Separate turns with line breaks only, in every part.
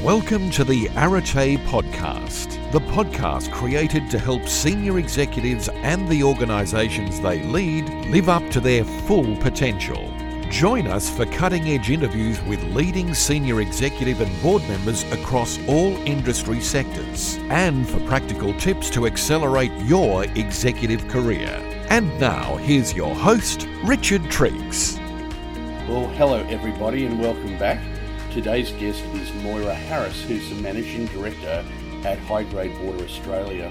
Welcome to the Arate Podcast, the podcast created to help senior executives and the organisations they lead live up to their full potential. Join us for cutting edge interviews with leading senior executive and board members across all industry sectors and for practical tips to accelerate your executive career. And now, here's your host, Richard Triggs.
Well, hello everybody and welcome back. Today's guest is Moira Harris, who's the Managing Director at High Grade Water Australia.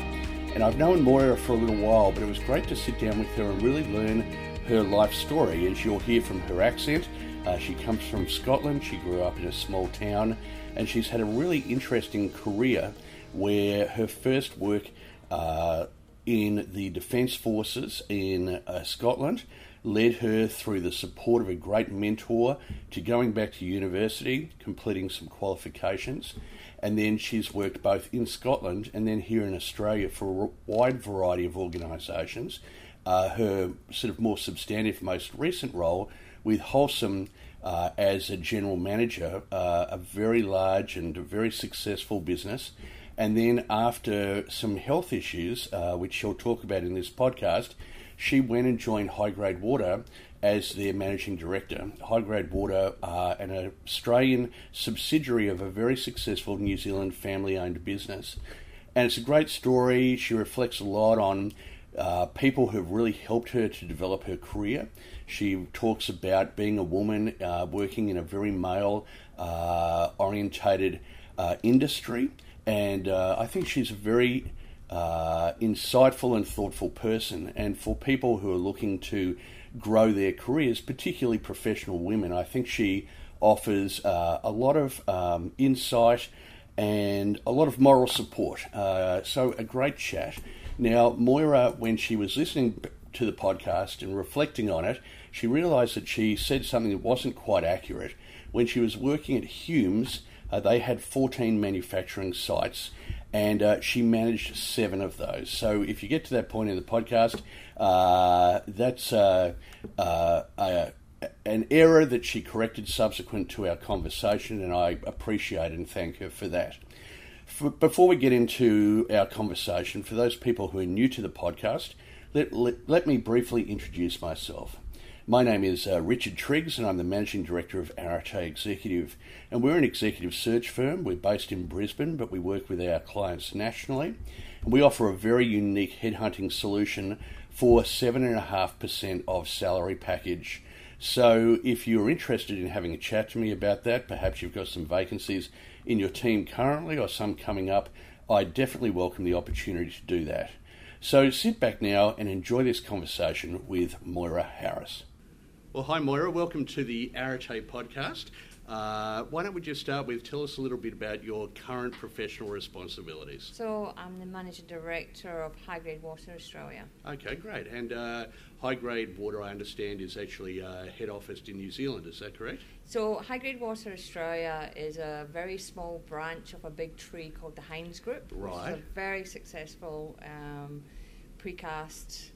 And I've known Moira for a little while, but it was great to sit down with her and really learn her life story. As you'll hear from her accent, uh, she comes from Scotland, she grew up in a small town, and she's had a really interesting career where her first work uh, in the Defence Forces in uh, Scotland led her through the support of a great mentor to going back to university, completing some qualifications, and then she's worked both in Scotland and then here in Australia for a wide variety of organisations. Uh, her sort of more substantive, most recent role with Wholesome uh, as a general manager, uh, a very large and very successful business. And then, after some health issues, uh, which she'll talk about in this podcast, she went and joined High Grade Water as their managing director. High Grade Water, uh, an Australian subsidiary of a very successful New Zealand family owned business. And it's a great story. She reflects a lot on uh, people who've really helped her to develop her career. She talks about being a woman uh, working in a very male uh, orientated uh, industry. And uh, I think she's a very uh, insightful and thoughtful person. And for people who are looking to grow their careers, particularly professional women, I think she offers uh, a lot of um, insight and a lot of moral support. Uh, so, a great chat. Now, Moira, when she was listening to the podcast and reflecting on it, she realised that she said something that wasn't quite accurate. When she was working at Hume's, uh, they had 14 manufacturing sites, and uh, she managed seven of those. So if you get to that point in the podcast, uh, that's uh, uh, a, an error that she corrected subsequent to our conversation, and I appreciate and thank her for that. For, before we get into our conversation, for those people who are new to the podcast, let, let, let me briefly introduce myself. My name is uh, Richard Triggs, and I'm the Managing Director of Arate Executive. And we're an executive search firm. We're based in Brisbane, but we work with our clients nationally. And we offer a very unique headhunting solution for 7.5% of salary package. So if you're interested in having a chat to me about that, perhaps you've got some vacancies in your team currently or some coming up, I definitely welcome the opportunity to do that. So sit back now and enjoy this conversation with Moira Harris. Well, hi Moira, welcome to the Arate podcast. Uh, why don't we just start with tell us a little bit about your current professional responsibilities?
So I'm the managing director of High Grade Water Australia.
Okay, great. And uh, High Grade Water, I understand, is actually uh, head office in New Zealand. Is that correct?
So High Grade Water Australia is a very small branch of a big tree called the Heinz Group. Which
Right.
is a very successful um, precast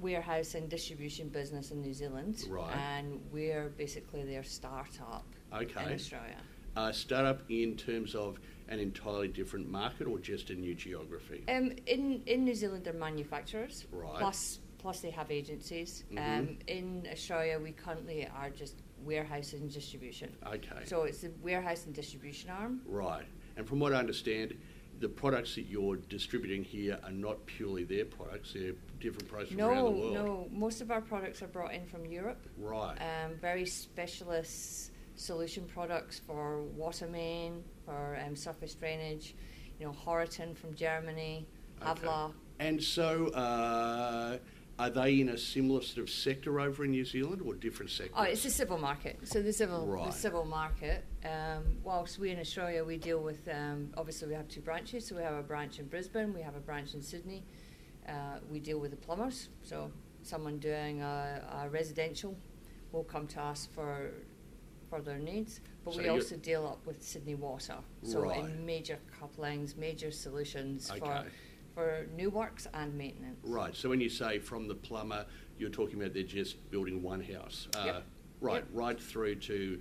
warehouse and distribution business in New Zealand.
Right.
And we're basically their startup in
Okay.
Australia.
Uh, startup in terms of an entirely different market or just a new geography?
Um, in in New Zealand, they're manufacturers.
Right. Mm-hmm.
Plus, plus they have agencies. Um, in Australia, we currently are just warehouse and distribution.
Okay.
So it's the warehouse and distribution arm.
Right. And from what I understand, the products that you're distributing here are not purely their products, they're different products from
No,
around the world.
no. Most of our products are brought in from Europe.
Right.
Um, very specialist solution products for water main, for um, surface drainage. You know, Horiton from Germany,
Okay.
Uh, Havla.
And so, uh, are they in a similar sort of sector over in New Zealand or different sectors?
Oh, it's the civil market. So the civil,
Right.
the civil market. Um, whilst we in Australia, we deal with. Um, obviously, we have two branches. So we have a branch in Brisbane. We have a branch in Sydney. Uh, we deal with the plumbers. So someone doing a, a residential will come to us for for their needs. But
So
we
you're-
also deal up with Sydney Water. So
Right.
in major couplings, major solutions for
Okay.
for new works and maintenance.
Right. So when you say from the plumber, you're talking about they're just building one house. Uh,
Yep.
Right,
Yep.
right through to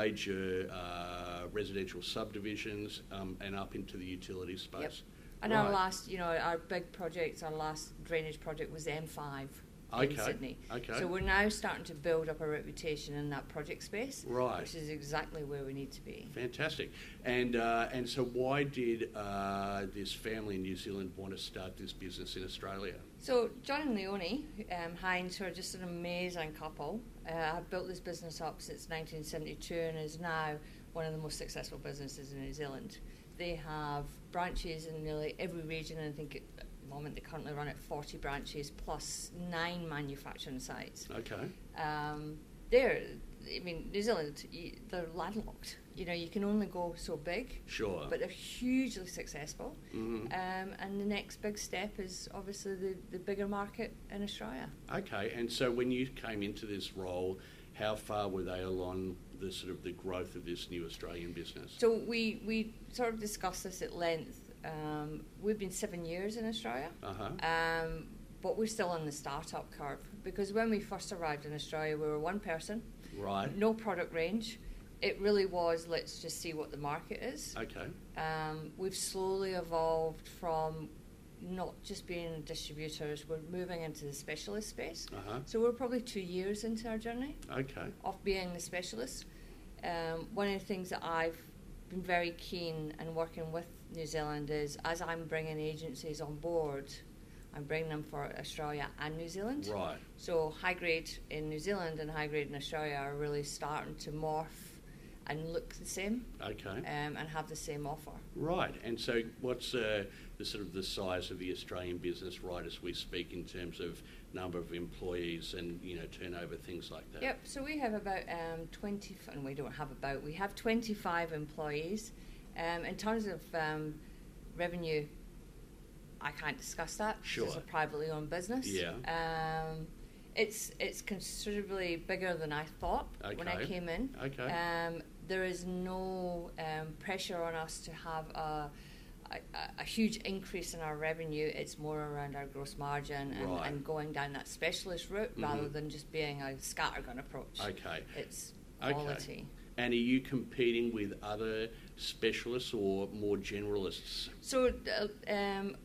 major uh, residential subdivisions um, and up into the utility
Yep.
space.
And
right.
our last, you know, our big project, our last drainage project was M5 in
Okay,
Sydney.
okay.
So we're now starting to build up a reputation in that project space,
Right.
which is exactly where we need to be.
Fantastic. And, uh, and so, why did uh, this family in New Zealand want to start this business in Australia?
So John and Leonie um, Hines, who are just an amazing couple, uh, have built this business up since 1972 and is now one of the most successful businesses in New Zealand. They have branches in nearly every region, and I think at the moment they currently run at 40 branches plus nine manufacturing sites.
Okay.
Um, they're, I mean, New Zealand, y they're landlocked. You know, you can only go so big
Sure.
but they're hugely successful.
Mhm.
Um, and the next big step is obviously the, the bigger market in Australia.
Okay, and so when you came into this role, how far were they along the sort of the growth of this new Australian business?
So we, we sort of discussed this at length. Um, we've been seven years in Australia,
Uh-huh.
um, but we're still on the startup curve because when we first arrived in Australia, we were one person,
right.
no product range. It really was let's just see what the market is.
Okay.
um, we've slowly evolved from not just being distributors, we're moving into the specialist space.
Uh-huh.
So we're probably two years into our journey
Okay.
of being the specialist. Um, one of the things that I've been very keen and working with New Zealand is as I'm bringing agencies on board, I'm bringing them for Australia and New Zealand.
Right.
So high grade in New Zealand and high grade in Australia are really starting to morph and look the same
Okay.
um, and have the same offer.
Right, and so what's uh, the sort of the size of the Australian business right as we speak in terms of number of employees and you know turnover things like that?
Yep. So we have about um, 20, f- and we don't have about, we have 25 employees. Um, in terms of um, revenue, I can't discuss that. 'cause It's
Sure.
a privately owned business.
Yeah.
Um, it's it's considerably bigger than I thought when I
Okay.
came in.
Okay.
Um, there is no um, pressure on us to have a, a, a- a huge increase in our revenue. It's more around our gross margin and,
Right.
and going down that specialist route rather
Mhm.
than just being a scattergun approach.
Okay.
It's
Okay.
quality.
And are you competing with other specialists or more generalists?
So uh, um,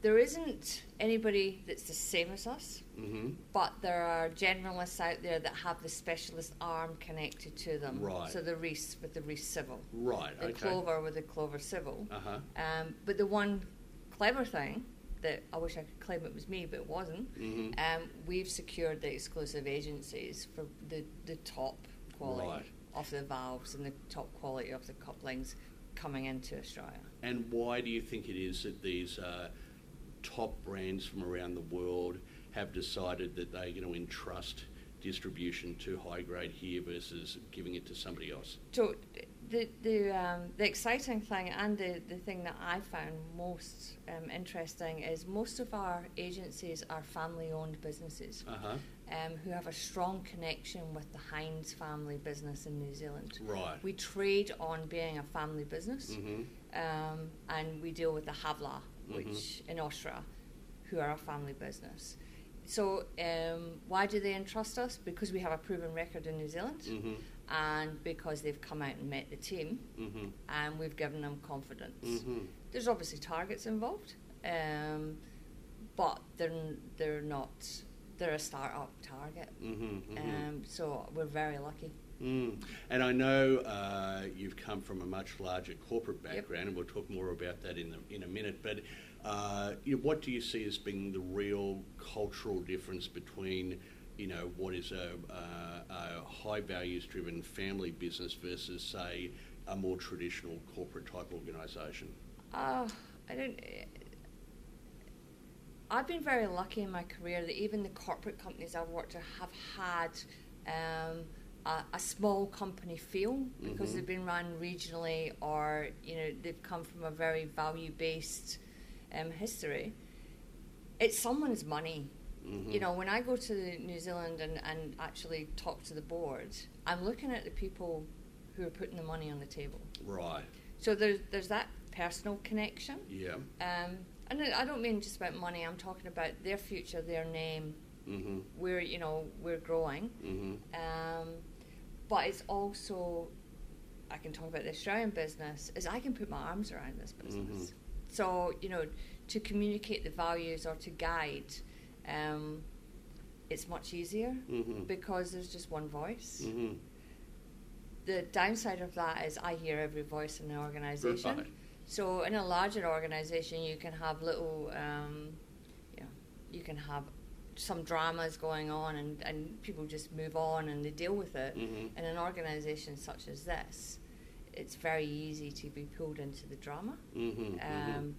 there isn't anybody that's the same as us,
hmm
but there are generalists out there that have the specialist arm connected to them.
Right.
So the Reese with the Reese Civil,
Right.
the
okay.
Clover with the Clover Civil.
Uh huh.
Um, but the one clever thing that I wish I could claim it was me, but it wasn't,
Mhm.
um, we've secured the exclusive agencies for the, the top quality
Right.
of the valves and the top quality of the couplings coming into Australia.
And why do you think it is that these uh, top brands from around the world have decided that they're going to entrust distribution to high grade here versus giving it to somebody else?
So the the um, the exciting thing and the, the thing that I found most um, interesting is most of our agencies are family owned businesses
Uh huh.
um, who have a strong connection with the Hines family business in New Zealand.
Right.
We trade on being a family business,
Mhm.
um, and we deal with the Havla,
Mhm.
which in Austria, who are a family business. So um, why do they entrust us? Because we have a proven record in New Zealand,
Mhm.
and because they've come out and met the team,
Mhm.
and we've given them confidence.
Mhm.
There's obviously targets involved, um, but they're n- they're not they're a startup target.
Mhm. Mhm.
Um, so we're very lucky.
Mm. And I know uh, you've come from a much larger corporate background, and we'll talk more about that in, the, in a minute. But uh, you know, what do you see as being the real cultural difference between, you know, what is a, uh, a high values-driven family business versus, say, a more traditional corporate type organisation?
Uh, I don't. I've been very lucky in my career that even the corporate companies I've worked at have had um, a, a small company feel because
Mhm.
they've been run regionally or you know they've come from a very value based um, history. It's someone's money. You
Mhm.
know, when I go to New Zealand and, and actually talk to the board, I'm looking at the people who are putting the money on the table.
Right.
So there's there's that personal connection.
Yeah.
Um, and I I don't mean just about money. I'm talking about their future, their name,
Mhm.
where you know we're growing.
Mhm.
Um, but it's also I can talk about the Australian business is I can put my arms around this business. So you know, to communicate the values or to guide, um, it's much easier
Mhm.
because there's just one voice.
Mhm.
The downside of that is I hear every voice in the organisation.
Right.
So in a larger organisation, you can have little, um, you know, you can have some dramas going on, and, and people just move on and they deal with it.
Mhm.
In an organisation such as this, it's very easy to be pulled into the drama.
Mhm, mhm.
Um,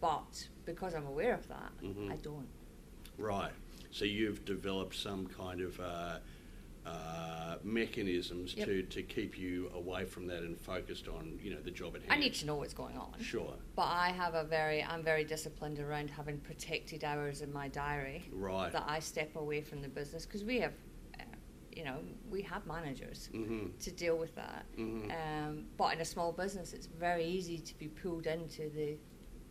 but because I'm aware of that,
Mhm.
I don't.
Right. So you've developed some kind of uh, uh, mechanisms
Yep.
to, to keep you away from that and focused on you know the job at hand.
I need to know what's going on.
Sure.
But I have a very, I'm very disciplined around having protected hours in my diary.
Right.
That I step away from the business because we have, uh, you know, we have managers
Mhm.
to deal with that.
Mhm.
Um, but in a small business, it's very easy to be pulled into the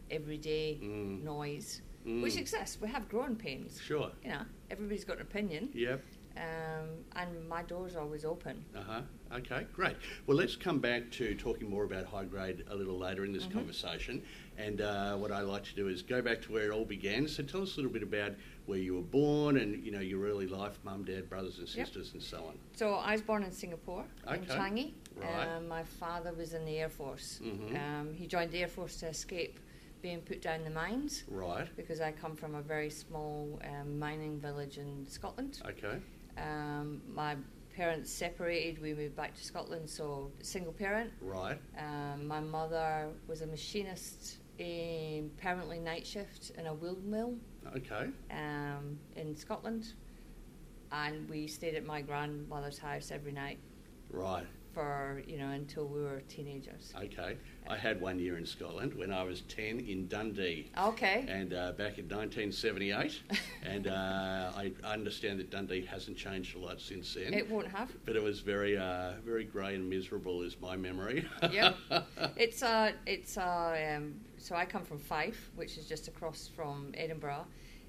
everyday
Mm.
noise,
Mm.
which exists. We have growing pains.
Sure.
You know, everybody's got an opinion.
Yep.
Um, and my door's always open.
Uh huh. Okay, great. Well, let's come back to talking more about high grade a little later in this
Mm-hmm.
conversation. And uh, what I like to do is go back to where it all began. So tell us a little bit about where you were born and you know your early life, mum, dad, brothers and
Yep.
sisters, and so on.
So I was born in Singapore in
Okay.
Changi.
Right.
Um, my father was in the Air Force.
Mhm.
Um, he joined the Air Force to escape being put down the mines
Right.
because I come from a very small um, mining village in Scotland.
Okay.
Um, my parents separated. We moved back to Scotland, so single parent.
Right.
Um, my mother was a machinist in permanently night shift in a wheeled mill
Okay.
um, in Scotland, and we stayed at my grandmother's house every night
Right.
for you know until we were teenagers.
Okay. I had one year in Scotland when I was 10 in Dundee.
Okay.
And uh, back in 1978, and uh, I understand that Dundee hasn't changed a lot since then.
It won't have.
But it was very, uh, very grey and miserable, is my memory.
Yeah. It's a, it's a, um, so I come from Fife, which is just across from Edinburgh.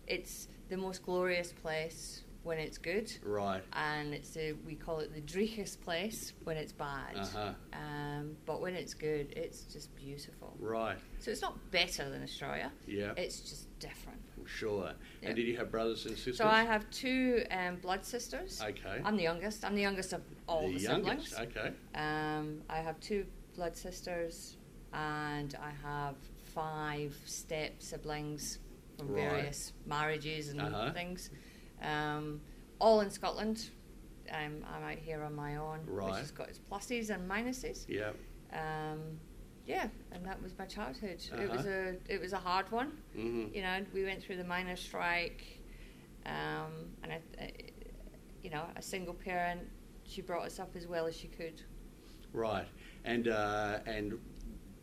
It's the most glorious place when it's good,
right.
and it's the we call it the dreechest place when it's bad.
Uh-huh.
Um, but when it's good, it's just beautiful.
Right.
So it's not better than Australia.
Yeah.
It's just different.
Sure.
Yeah.
And did you have brothers and sisters?
So I have two um, blood sisters.
Okay.
I'm the youngest. I'm the youngest of all the,
youngest.
siblings.
Okay.
Um, I have two blood sisters, and I have five step siblings from
Right.
various marriages and
Uh-huh.
things. Um, all in Scotland. Um, I'm out here on my own,
Right.
which has got its pluses and minuses.
Yeah.
Um, yeah, and that was my childhood. It was
Uh-huh.
a it was a hard one.
Mhm.
You know, we went through the minor strike, um, and I, I, you know, a single parent. She brought us up as well as she could.
Right. And uh, and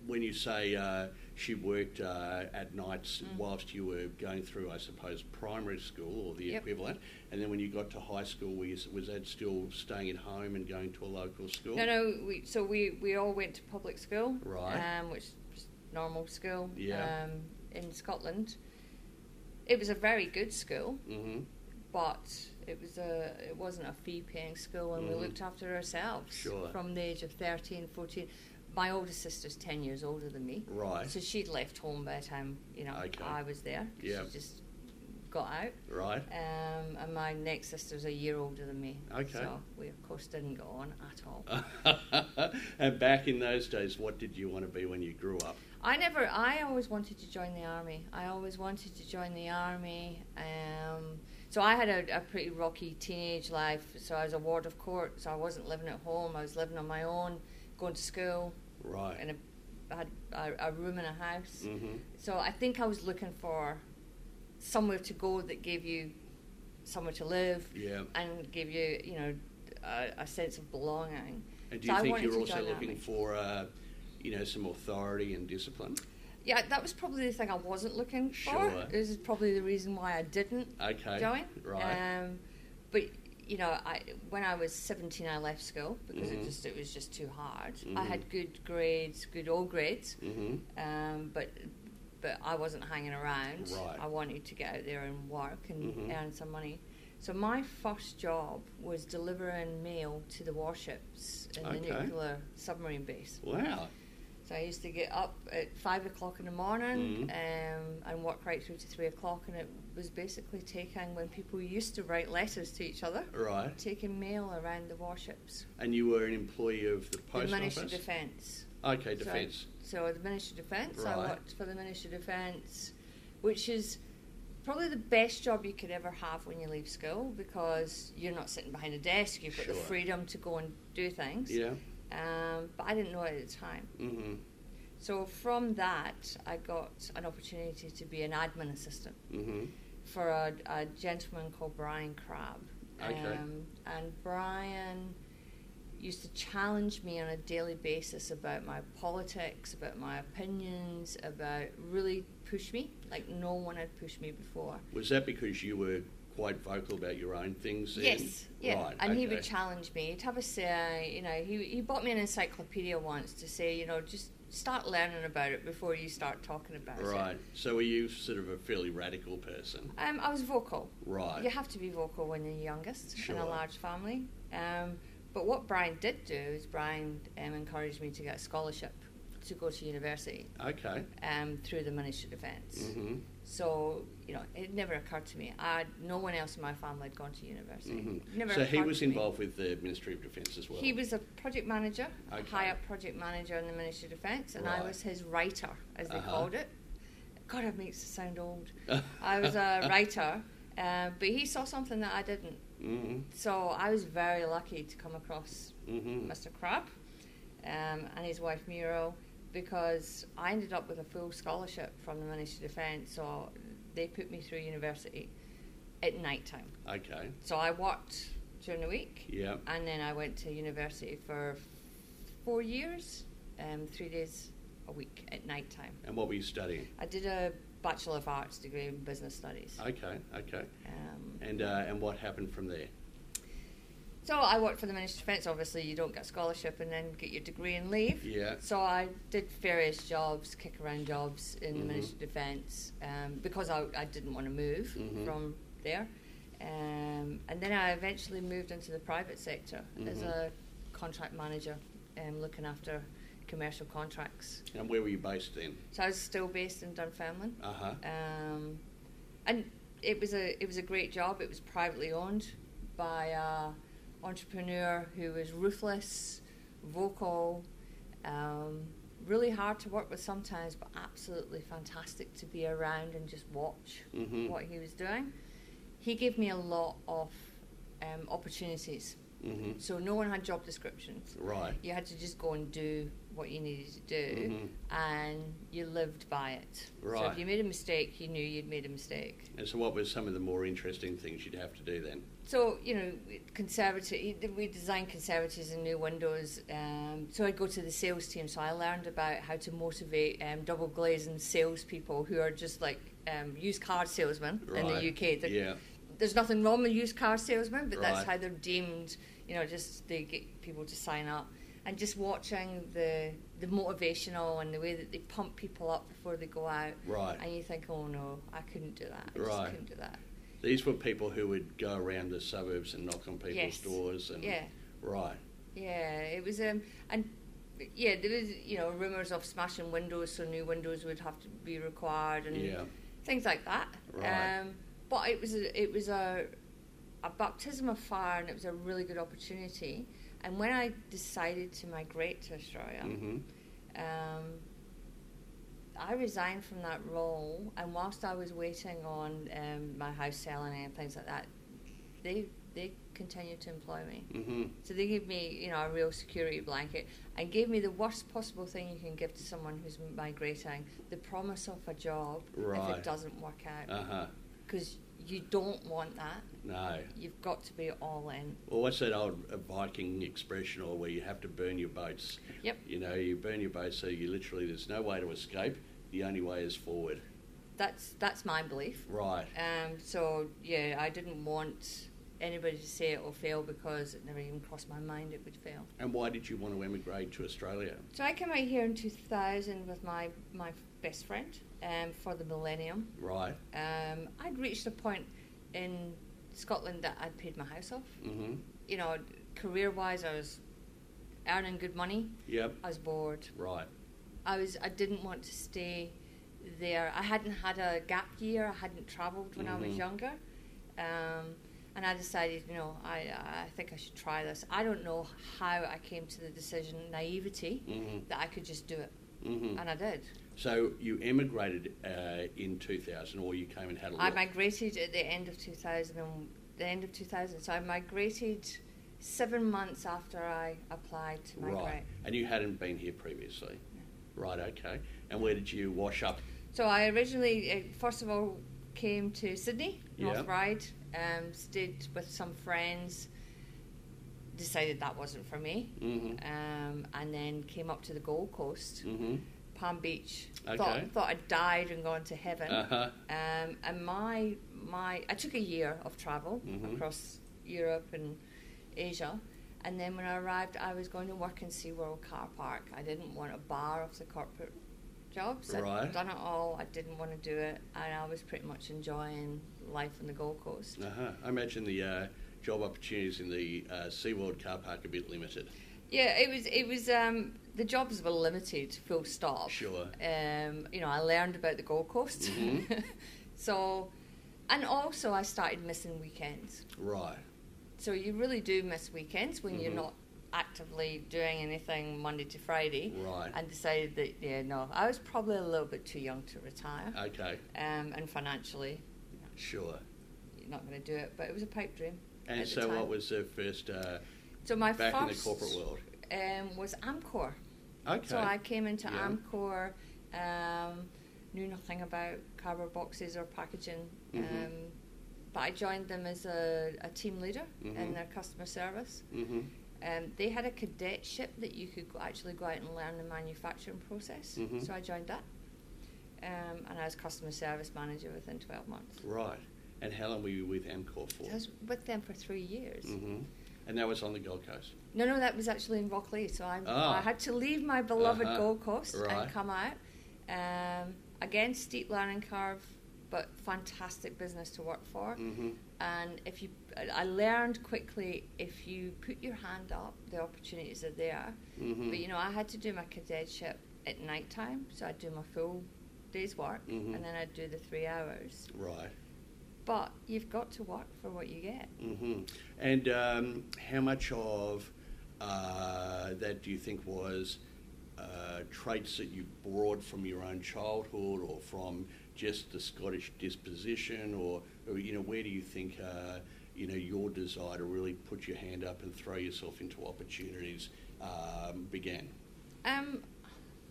when you say uh, she worked uh, at nights
Mm.
whilst you were going through, I suppose, primary school or the
Yep.
equivalent, and then when you got to high school, was, was that still staying at home and going to a local school?
No, no. We, so we, we all went to public school,
Right.
Um, which is normal school.
Yeah.
Um, in Scotland, it was a very good school,
hmm
but it was a it wasn't a fee paying school, and we
Mhm.
looked after ourselves
Sure.
from the age of 13, 14. My older sister's ten years older than me,
Right.
so she'd left home by the time you know
Okay.
I was there.
Yeah.
She just got out.
Right.
Um, and my next sister's a year older than me.
Okay.
So we of course didn't get on at all.
and back in those days, what did you want to be when you grew up?
I never. I always wanted to join the army. I always wanted to join the army. Um, so I had a, a pretty rocky teenage life. So I was a ward of court. So I wasn't living at home. I was living on my own, going to school,
Right.
and I had a, a room in a house.
Mhm.
So I think I was looking for somewhere to go that gave you somewhere to live
Yeah.
and give you, you know, a, a sense of belonging.
And do
So
you
I
think
wanted
you're
to
also
join the
looking
army.
for, uh, you know, some authority and discipline?
Yeah, that was probably the thing I wasn't looking for.
Sure.
This is probably the reason why I didn't
Okay.
join.
Right.
Um, but you know, I when I was seventeen, I left school because
Mhm.
it just it was just too hard. I
Mhm.
had good grades, good old grades,
hmm
um, but but I wasn't hanging around.
Right.
I wanted to get out there and work and
Mhm.
earn some money. So my first job was delivering mail to the warships in
Okay.
the nuclear submarine base.
Wow.
So I used to get up at five o'clock in the morning
Mhm.
um, and work right through to three o'clock, and it was basically taking when people used to write letters to each other,
Right.
taking mail around the warships.
And you were an employee of the post
the Ministry
office.
of Defence.
Okay,
So I-
defence.
So, the Ministry of Defence, I
Right.
worked for the Ministry of Defence, which is probably the best job you could ever have when you leave school because you're not sitting behind a desk, you've got the
Sure.
freedom to go and do things.
Yeah.
Um, but I didn't know it at the time.
Mm-hmm.
So from that, I got an opportunity to be an admin assistant
Mm-hmm.
for a, a gentleman called Brian Crabb. Um,
Okay.
and Brian used to challenge me on a daily basis about my politics, about my opinions, about really push me like no one had pushed me before.
Was that because you were quite vocal about your own things? then?
Yes, yeah,
Right,
and
okay.
he would challenge me. He'd have a say, you know. He he bought me an encyclopedia once to say, you know, just start learning about it before you start talking about it.
Right. So were you sort of a fairly radical person?
Um, I was vocal.
Right.
You have to be vocal when you're youngest in
Sure.
a large family. Um, but what Brian did do is Brian um, encouraged me to get a scholarship to go to university
Okay.
um, through the Ministry of Defence.
Mm-hmm.
So, you know, it never occurred to me. I, no one else in my family had gone to university.
Mm-hmm.
Never
so he
occurred
was
to me.
involved with the Ministry of Defence as well.
He was a project manager, a
Okay.
high up project manager in the Ministry of Defence, and I
Right.
was his writer, as they
Uh-huh.
called it. God, it makes it sound old. I was a writer, uh, but he saw something that I didn't.
Mm-hmm.
So I was very lucky to come across
Mm-hmm.
Mr. Crabb um, and his wife Muriel because I ended up with a full scholarship from the Ministry of Defence, so they put me through university at night time.
Okay.
So I worked during the week
Yeah.
and then I went to university for four years, um, three days a week at night time.
And what were you studying?
I did a Bachelor of Arts degree in Business Studies.
Okay. Okay.
Um,
And uh, and what happened from there?
So I worked for the Ministry of Defence. Obviously, you don't get a scholarship and then get your degree and leave.
Yeah.
So I did various jobs, kick around jobs in the
Mhm.
Ministry of Defence um, because I, I didn't want to move
Mhm.
from there. Um, and then I eventually moved into the private sector as
Mhm.
a contract manager, um, looking after commercial contracts.
And where were you based then?
So I was still based in Dunfermline.
Uh huh.
Um, and it was a it was a great job. It was privately owned by an entrepreneur who was ruthless, vocal, um, really hard to work with sometimes, but absolutely fantastic to be around and just watch
Mhm.
what he was doing. He gave me a lot of um, opportunities.
Mhm.
So no one had job descriptions
Right.
you had to just go and do what you needed to do
Mhm.
and you lived by it so
Right.
if you made a mistake you knew you'd made a mistake
And so, what were some of the more interesting things you'd have to do then?
so you know conservative we designed conservatives and new windows um, so i'd go to the sales team so i learned about how to motivate um, double glazing salespeople who are just like um, used car salesmen in
Right.
the uk They're-
Yeah.
there's nothing wrong with used car salesmen, but
Right.
that's how they're deemed. You know, just they get people to sign up, and just watching the the motivational and the way that they pump people up before they go out.
Right.
And you think, oh no, I couldn't do that. I
Right.
just couldn't do that.
These were people who would go around the suburbs and knock on people's
Yes.
doors and
Yeah.
right.
Yeah, it was um and yeah, there was you know rumours of smashing windows, so new windows would have to be required and
Yeah.
things like that.
Right.
Um, but it was a, it was a a baptism of fire, and it was a really good opportunity. And when I decided to migrate to Australia,
Mhm.
um, I resigned from that role. And whilst I was waiting on um, my house selling and things like that, they they continued to employ me.
Mhm.
So they gave me, you know, a real security blanket and gave me the worst possible thing you can give to someone who's migrating: the promise of a job if
Right.
it doesn't work out,
Uh huh.
because you don't want that.
No.
You've got to be all in.
Well, what's that old uh, Viking expression, or where you have to burn your boats?
Yep.
You know, you burn your boats, so you literally there's no way to escape. The only way is forward.
That's that's my belief.
Right.
Um, so yeah, I didn't want anybody to say it will fail because it never even crossed my mind it would fail.
And why did you want to emigrate to Australia?
So I came out here in 2000 with my my best friend um, for the millennium.
Right.
um, I'd reached a point in Scotland that I'd paid my house off.
Mm-hmm.
You know, career wise, I was earning good money.
Yep.
I was bored.
Right.
I was I didn't want to stay there. I hadn't had a gap year. I hadn't travelled when I
Mhm.
was younger, um, and I decided, you know, I I think I should try this. I don't know how I came to the decision naivety
Mm-hmm.
that I could just do it,
Mm-hmm.
and I did.
So you emigrated uh, in 2000, or you came and had a look.
I migrated at the end of 2000, and- the end of 2000. So I migrated seven months after I applied to migrate.
Right. And you hadn't been here previously.
No.
Right. Okay. And where did you wash up?
So I originally, uh, first of all, came to Sydney, North
Yeah.
Ryde, um, stayed with some friends, decided that wasn't for me,
Mm-hmm.
um, and then came up to the Gold Coast,
Mm-hmm.
Palm Beach.
Okay.
Thought, thought I'd died and gone to heaven.
Uh huh.
Um, and my my I took a year of travel
Mhm.
across Europe and Asia, and then when I arrived, I was going to work in SeaWorld car park. I didn't want a bar of the corporate jobs.
Right.
I'd done it all. I didn't want to do it, and I was pretty much enjoying life on the Gold Coast.
Uh huh. I imagine the uh, job opportunities in the uh, SeaWorld car park are a bit limited.
Yeah, it was it was um, the jobs were limited, full stop.
Sure.
Um, you know, I learned about the Gold Coast,
Mhm.
so, and also I started missing weekends.
Right.
So you really do miss weekends when you're
Mhm.
not actively doing anything Monday to Friday.
Right.
And decided that yeah, no, I was probably a little bit too young to retire,
Okay.
um, and financially,
Sure.
you're not going to do it. But it was a pipe dream.
And
at the
so, what
time.
was the first uh,
So my
back
first
in the corporate world?
um, was Amcor.
Okay.
So I came into
Yeah.
Amcor, um, knew nothing about cardboard boxes or packaging,
Mhm.
um, but I joined them as a, a team leader
Mhm.
in their customer service.
Mm-hmm.
Um, they had a cadetship that you could go, actually go out and learn the manufacturing process.
Mhm.
So I joined that. Um, and I was customer service manager within 12 months.
Right. And how long were you with Amcor for?
So I was with them for three years.
Mm-hmm. And that was on the Gold Coast.
No, no, that was actually in Rocklea. So I,
Ah.
I had to leave my beloved
Uh-huh.
Gold Coast
Right.
and come out. Um, again, steep learning curve, but fantastic business to work for.
Mm-hmm.
And if you, I- I learned quickly if you put your hand up, the opportunities are there.
Mm-hmm.
But you know, I had to do my cadetship at night time, so I'd do my full day's work
Mhm.
and then I'd do the three hours.
Right.
But you've got to work for what you get.
Mm-hmm. And um, how much of uh, that do you think was uh, traits that you brought from your own childhood, or from just the Scottish disposition, or, or you know, where do you think uh, you know your desire to really put your hand up and throw yourself into opportunities um, began?
Um,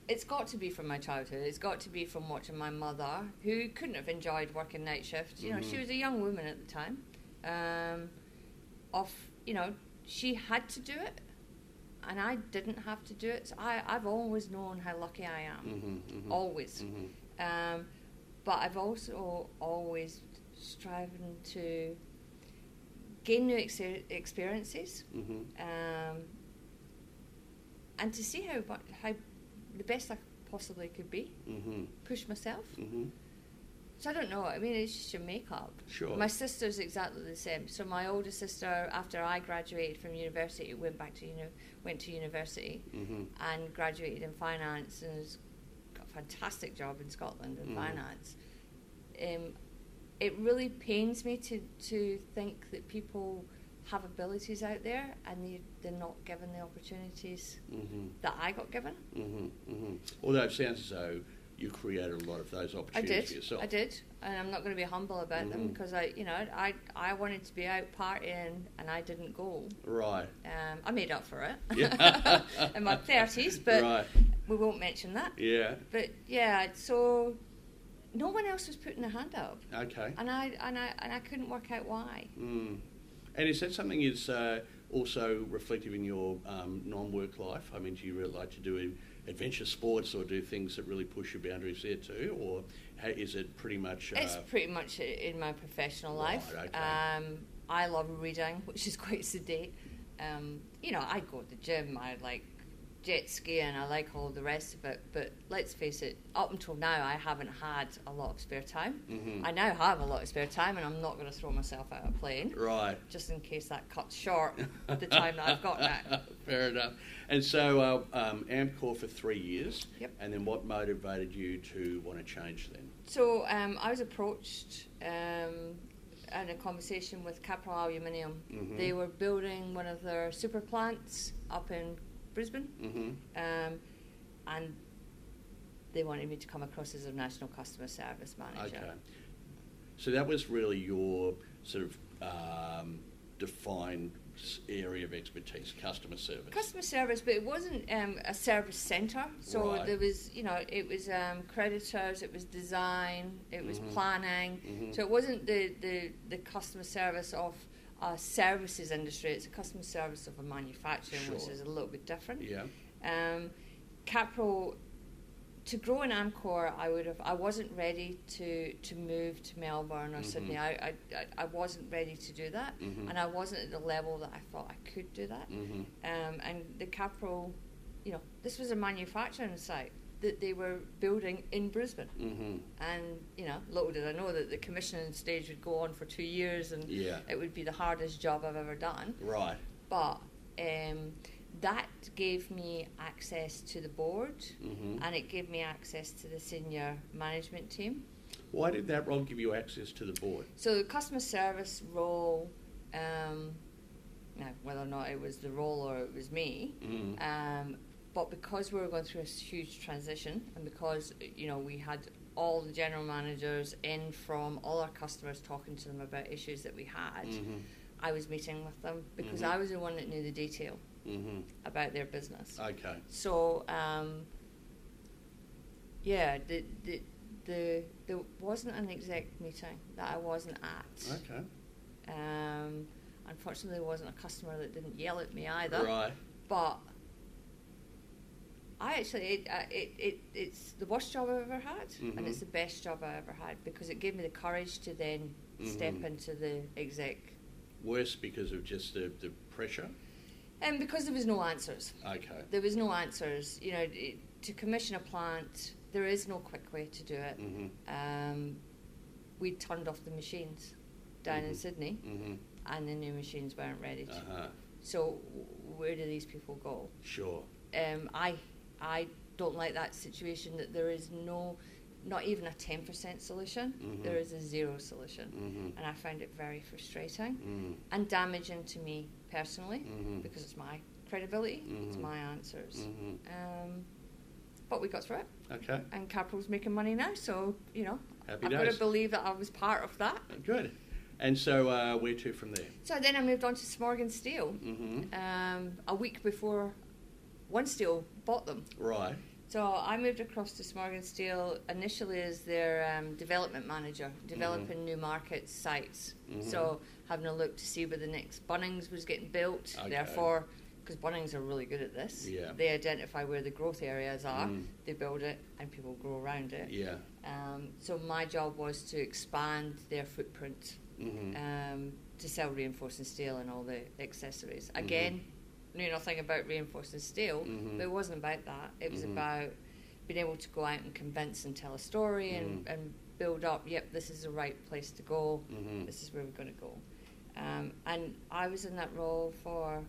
it's got to be from my childhood. It's got to be from watching my mother, who couldn't have enjoyed working night shifts. You know, she
Mhm.
was a young woman at the time. Um, off, you know, she had to do it, and I didn't have to do it. So I, I've always known how lucky I am.
Mm-hmm, hmm
Um, Always.
hmm
Um, but I've also always striven to gain new ex- experiences
hmm
um, and to see how bu- how the best I possibly could be,
hmm
push myself.
hmm
So I don't know. I mean, it's just your makeup.
Sure.
My sister's exactly the same. So my older sister, after I graduated from university, went back to uni- went to university
hmm
and graduated in finance and has got a fantastic job in Scotland in
Mhm.
finance. Um, it really pains me to, to think that people have abilities out there and they, they're not given the opportunities
hmm
that I got given.
hmm hmm Although it sounds as though you created a lot of those
I
opportunities
did.
for yourself.
I did, and I'm not going to be humble about them
Mhm.
because I, you know, I I wanted to be out partying and I didn't go.
Right.
Um, I made up for it
Yeah.
in my thirties, but
right.
we won't mention that.
Yeah.
But yeah, so no one else was putting their hand up,
Okay.
and I and I and I couldn't work out why.
Mm. And is that something is uh, also reflective in your um, non-work life? I mean, do you really like to do adventure sports or do things that really push your boundaries there too, or ha- is it pretty much? Uh,
It's pretty much i- in my professional
Right,
life.
okay.
Um, I love reading, which is quite sedate. Um, you know, I go to the gym. I like jet ski and I like all the rest of it. But let's face it, up until now, I haven't had a lot of spare time.
Mm-hmm.
I now have a lot of spare time, and I'm not going to throw myself out of plane
Right.
just in case that cuts short the time that I've got now.
Fair enough. And so uh, um, Amcor for three years.
Yep.
And then what motivated you to want to change then?
So um, I was approached um, in a conversation with Capral Aluminium.
Mhm.
They were building one of their super plants up in Brisbane,
Mm-hmm.
um, and they wanted me to come across as a national customer service manager.
Okay. So that was really your sort of um, defined s- area of expertise, customer service.
Customer service, but it wasn't um, a service centre. So
Right.
there was, you know, it was um, creditors, it was design, it was
Mhm.
planning.
Mhm.
So it wasn't the, the, the customer service of a services industry, it's a customer service of a manufacturing, which
Sure.
is a little bit different.
yeah.
Um, Capro, to grow in Amcor, I would have. I wasn't ready to, to move to Melbourne or
Mhm.
Sydney. I, I, I- I wasn't ready to do that,
Mhm.
and I wasn't at the level that I thought I could do that.
Mm-hmm.
Um, and the Capro, you know, this was a manufacturing site that they were building in Brisbane.
Mm-hmm.
And, you know, little did I know that the commissioning stage would go on for two years and
Yeah.
it would be the hardest job I've ever done.
Right.
But um, that gave me access to the board
Mm-hmm.
and it gave me access to the senior management team.
Why did that role give you access to the board?
So the customer service role, um, now whether or not it was the role or it was me,
Mm.
um, but because we were going through a huge transition, and because you know we had all the general managers in from all our customers talking to them about issues that we had,
Mm-hmm.
I was meeting with them because
Mhm.
I was the one that knew the detail
Mm-hmm.
about their business.
Okay.
So um, yeah, the, the the there wasn't an exec meeting that I wasn't at.
Okay.
Um, unfortunately, there wasn't a customer that didn't yell at me either
Right.
but I actually it, uh, it, it it's the worst job I've ever had, and it's
Mhm.
the best job I ever had because it gave me the courage to then step
Mhm.
into the exec,
Worse because of just the, the pressure.
and because there was no answers,
Okay.
there was no answers. You know, it, to commission a plant, there is no quick way to do it.
Mm-hmm.
Um, we turned off the machines down in
Mhm.
Sydney,
Mm-hmm.
and the new machines weren't ready. to-
Uh-huh.
So, w- where do these people go?
Sure.
um, I I don't like that situation that there is no, not even a ten percent solution.
Mhm.
There is a zero solution,
Mm-hmm.
and I found it very frustrating
Mm.
and damaging to me personally
Mhm.
because it's my credibility, it's
Mhm.
my answers.
Mm-hmm.
Um, but we got through it,
Okay.
and Capral's making money now, so you know
Happy
I've got
days.
to believe that I was part of that.
Good. And so uh, where to from there?
So then I moved on to Smorgon Steel
Mm-hmm.
um, a week before One Steel bought them.
Right.
So I moved across to Smorgon Steel initially as their um, development manager,
Mm-hmm.
developing new market sites.
Mhm.
So having a look to see where the next Bunnings was getting built.
Okay.
Therefore, because Bunnings are really good at this,
Yeah.
they identify where the growth areas are,
Mm.
they build it, and people grow around it.
Yeah.
Um, so my job was to expand their footprint
Mm-hmm.
um, to sell reinforcing steel and all the accessories. Again, knew nothing about reinforcing steel,
Mhm.
but it wasn't about that. It was
Mhm.
about being able to go out and convince and tell a story and,
Mhm.
and build up, yep, this is the right place to go,
Mhm.
this is where we're going to go. Um, and I was in that role for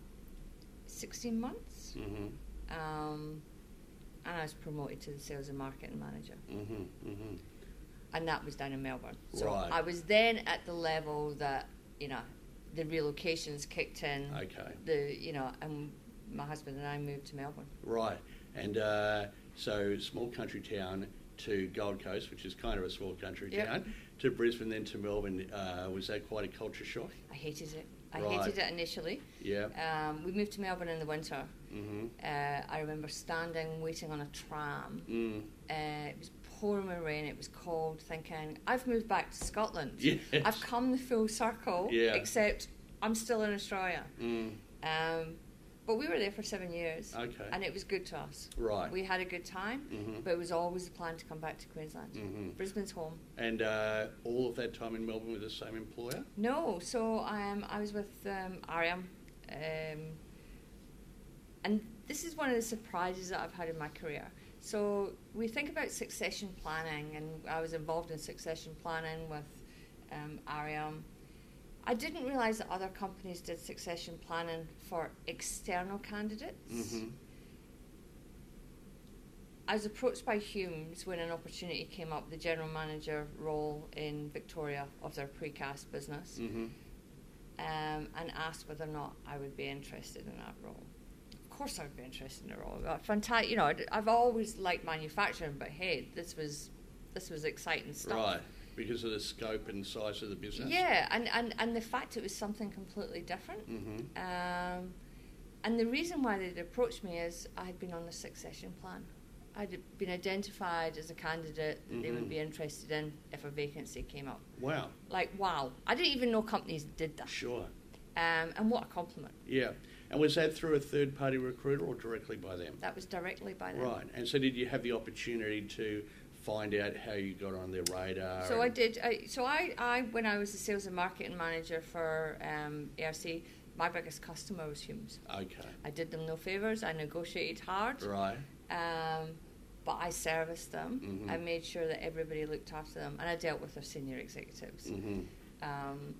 16 months,
Mm-hmm.
um, and I was promoted to the sales and marketing manager
Mm-hmm. Mm-hmm.
and that was down in Melbourne. So
Right.
I was then at the level that you know the relocations kicked in.
Okay.
The you know and my husband and I moved to Melbourne.
Right. And uh, so small country town to Gold Coast, which is kind of a small country
Yep.
town, to Brisbane, then to Melbourne. Uh, was that quite a culture shock?
I hated it. I
Right.
hated it initially.
Yeah.
Um, we moved to Melbourne in the winter.
Mm-hmm.
Uh, I remember standing waiting on a tram.
Mm.
Uh, it was pouring with rain. It was cold. Thinking I've moved back to Scotland.
Yes.
I've come the full circle.
Yeah.
Except I'm still in Australia.
Mm.
Um, but we were there for seven years.
Okay.
And it was good to us.
Right.
We had a good time,
Mhm.
but it was always the plan to come back to Queensland.
Mhm.
Brisbane's home.
And uh, all of that time in Melbourne with the same employer?
No, so um, I was with um, Ariam, um, and this is one of the surprises that I've had in my career. So we think about succession planning, and I was involved in succession planning with um, Ariam. I didn't realise that other companies did succession planning for external candidates.
Mhm.
I was approached by Humes when an opportunity came up, the general manager role in Victoria of their precast business,
Mhm.
um, and asked whether or not I would be interested in that role. Of course, I would be interested in the role. Fantastic, you know. I'd- I've always liked manufacturing, but hey, this was this was exciting stuff.
Right. Because of the scope and size of the business.
Yeah, and, and, and the fact it was something completely different.
Mhm.
Um, and the reason why they'd approached me is I had been on the succession plan. I'd been identified as a candidate that they
Mhm.
would be interested in if a vacancy came up.
Wow.
Like, wow. I didn't even know companies did that.
Sure.
Um, and what a compliment.
Yeah. And was that through a third party recruiter or directly by them?
That was directly by them.
Right. And so did you have the opportunity to find out how you got on their radar?
So I
and-
did. I, so I, I, when I was the sales and marketing manager for um, ERC, my biggest customer was Humes.
Okay.
I did them no favours. I negotiated hard.
Right.
um, but I serviced them.
Mhm.
I made sure that everybody looked after them, and I dealt with their senior executives.
Mm-hmm.
Um,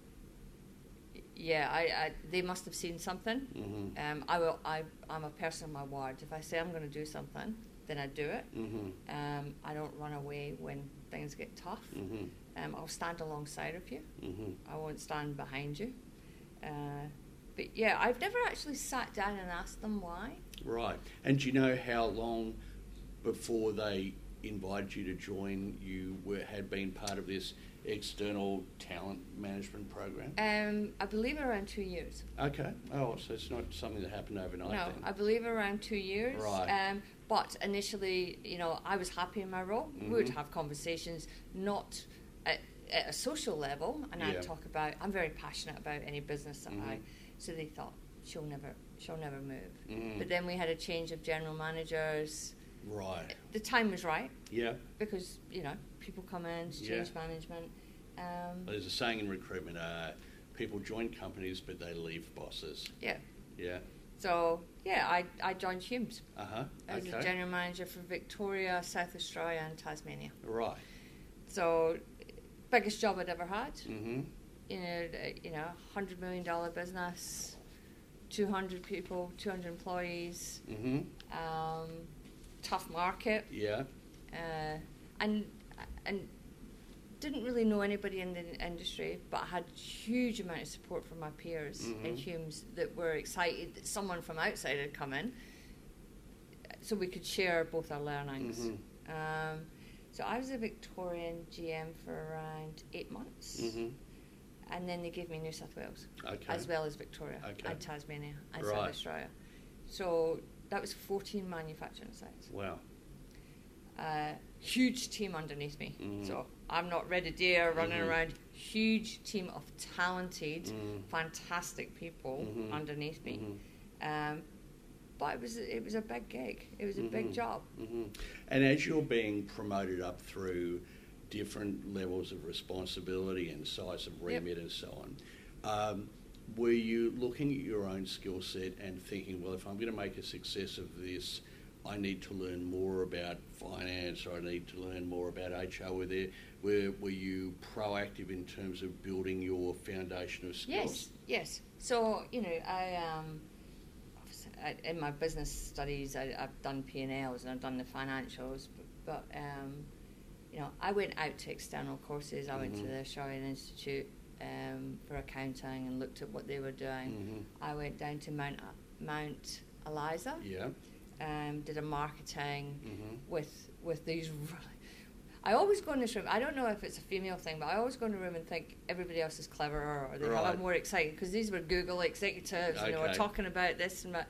y- yeah, I, I, they must have seen something.
Mhm.
Um, I will. I, I'm a person of my word. If I say I'm going to do something, then I do it.
Mm-hmm.
Um, I don't run away when things get tough.
Mhm.
Um, I'll stand alongside of you.
Mhm.
I won't stand behind you. Uh, but yeah, I've never actually sat down and asked them why.
Right. And do you know how long before they invited you to join you were had been part of this external talent management program?
Um, I believe around two years.
Okay. Oh, so it's not something that happened overnight
No,
then.
I believe around two years.
Right.
Um, but initially, you know, I was happy in my role. We would
Mhm.
have conversations, not at, at a social level, and
Yeah.
I'd talk about. I'm very passionate about any business that I.
Mhm.
So they thought she'll never, she'll never move.
Mm.
But then we had a change of general managers.
right.
The time was right
Yeah.
because you know people come in to
Yeah.
change management. Um,
There's a saying in recruitment, uh, people join companies but they leave bosses.
yeah.
Yeah.
So yeah, I I joined Humes
Uh huh.
as
okay.
a general manager for Victoria, South Australia, and Tasmania.
right.
So, biggest job I'd ever had.
Mm-hmm.
You know, d- you know, hundred million dollar business, two hundred people, two hundred employees,
Mm-hmm.
um, tough market,
Yeah.
uh, and and didn't really know anybody in the in- industry, but had huge amount of support from my peers
Mhm.
in Humes that were excited that someone from outside had come in, so we could share both our learnings.
Mhm.
Um, so I was a Victorian GM for around eight months,
Mm-hmm.
and then they gave me New South Wales
Okay.
as well as Victoria
Okay.
and Tasmania and
Right.
South Australia. So that was 14 manufacturing sites
Wow.
a huge team underneath me.
Mm.
So I'm not Red a Deer running
Mhm.
around. Huge team of talented,
Mm.
fantastic people
Mhm.
underneath me.
Mm-hmm.
Um, but it was it was a big gig. It was a
Mhm.
big job.
hmm And as you're being promoted up through different levels of responsibility and size of
Yep.
remit and so on, um, were you looking at your own skill set and thinking, well, if I'm going to make a success of this, I need to learn more about finance or I need to learn more about HR? Were, there, were, were you proactive in terms of building your foundation of skills?
Yes, yes. So you know, I um, obviously, I, in my business studies, I, I've done P and Ls and I've done the financials, but, but um, you know, I went out to external courses. I went to
Mhm.
the Sherian Institute um, for accounting and looked at what they were doing. I went down to Mount Mount Eliza
Yeah.
um, did a marketing
Mhm.
with with these. r- I always go in this room. I don't know if it's a female thing, but I always go in a room and think everybody else is cleverer or they are
Right.
more excited because these were Google executives and they were
Okay.
talking about this and that.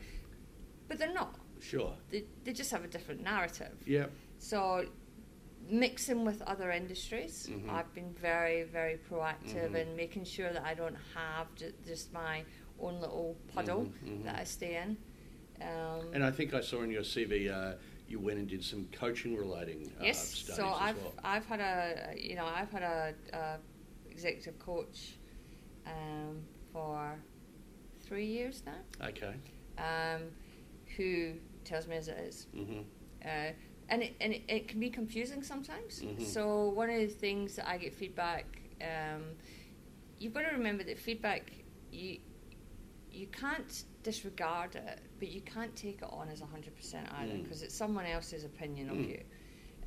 But they're not.
Sure.
They, they just have a different narrative.
Yeah.
So mixing with other industries,
Mhm.
I've been very, very proactive
Mhm.
in making sure that I don't have ju- just my own little puddle
Mhm, mhm.
that I stay in. Um,
And I think I saw in your CV uh, you went and did some coaching relating uh,
yes,
studies
so
as
I've
well.
I've had a you know I've had a, a executive coach um, for three years now,
okay.
um, who tells me as it is.
hmm
Uh, and it, and it, it can be confusing sometimes.
Mhm.
So one of the things that I get feedback, um, you've got to remember that feedback, you you can't disregard it, but you can't take it on as hundred percent either,
Mm.
because it's someone else's opinion of
Mm.
you.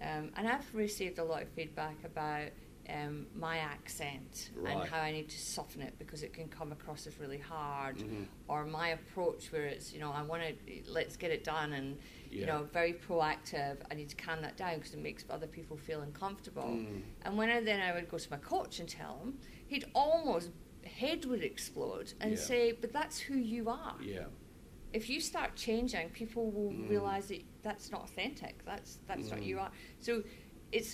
Um, and I've received a lot of feedback about um, my accent and
Right.
how I need to soften it because it can come across as really hard,
Mhm.
or my approach where it's you know I want to let's get it done and you
Yeah.
know very proactive. I need to calm that down because it makes other people feel uncomfortable.
Mm.
And when I then I would go to my coach and tell him, he'd almost head would explode and
Yeah.
say, "But that's who you are.
Yeah.
If you start changing, people will
Mm.
realize that that's not authentic. That's that's not
Mm.
you are." So, it's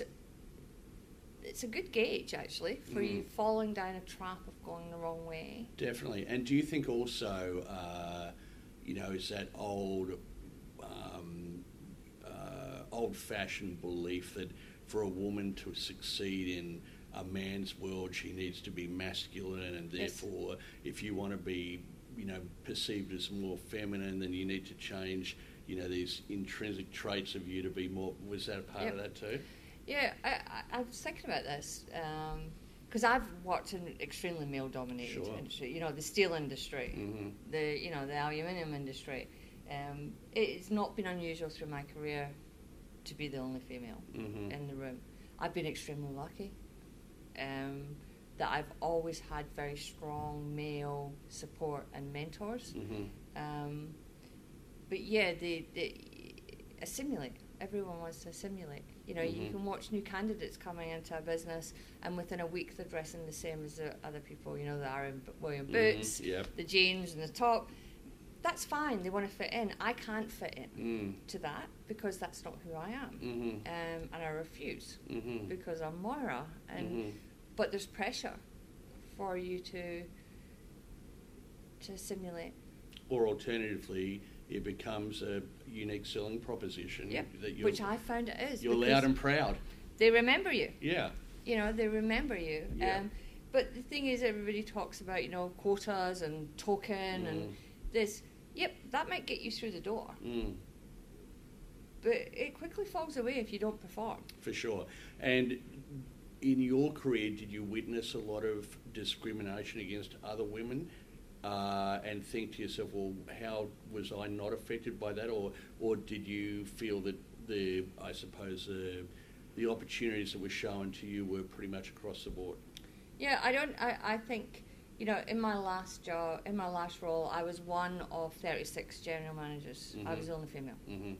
it's a good gauge actually for you
Mm.
falling down a trap of going the wrong way.
Definitely. And do you think also, uh, you know, is that old, um, uh, old-fashioned belief that for a woman to succeed in a man's world, she needs to be masculine, and
Yes.
therefore, if you want to be, you know, perceived as more feminine, then you need to change, you know, these intrinsic traits of you to be more. Was that a part of
Yep.
that too?
Yeah, I, I, I was thinking about this because I've worked in extremely male-dominated
Sure.
industry. You know, the steel industry,
Mhm.
the you know the aluminium industry. Um, it's not been unusual through my career to be the only female
Mhm.
in the room. I've been extremely lucky um, that I've always had very strong male support and mentors.
Mhm.
Um, but yeah, they, they assimilate. Everyone wants to assimilate. You know, you
Mhm.
can watch new candidates coming into a business, and within a week they're dressing the same as the other people. You know, the Aaron B- William
Mhm,
boots,
yep.
the jeans, and the top. That's fine. They want to fit in. I can't fit in
Mm.
to that because that's not who I am,
Mhm.
um, and I refuse
Mhm.
because I'm Moira. And
Mhm.
but there's pressure for you to to assimilate.
Or alternatively, it becomes a unique selling proposition
Yeah,
that you're,
which I found it is.
you're
because
loud and proud.
they remember you.
Yeah.
You know, they remember you.
Yeah.
Um, but the thing is, everybody talks about you know quotas and token
Mm.
and this. Yep, that might get you through the door,
Mm.
but it quickly falls away if you don't perform.
For sure. And in your career, did you witness a lot of discrimination against other women? Uh, and think to yourself, well, how was I not affected by that, or or did you feel that the, I suppose, the the opportunities that were shown to you were pretty much across the board?
Yeah, I don't. I, I think you know, in my last job, in my last role, I was one of thirty six general managers. I
Mhm.
was the only female.
Mm-hmm.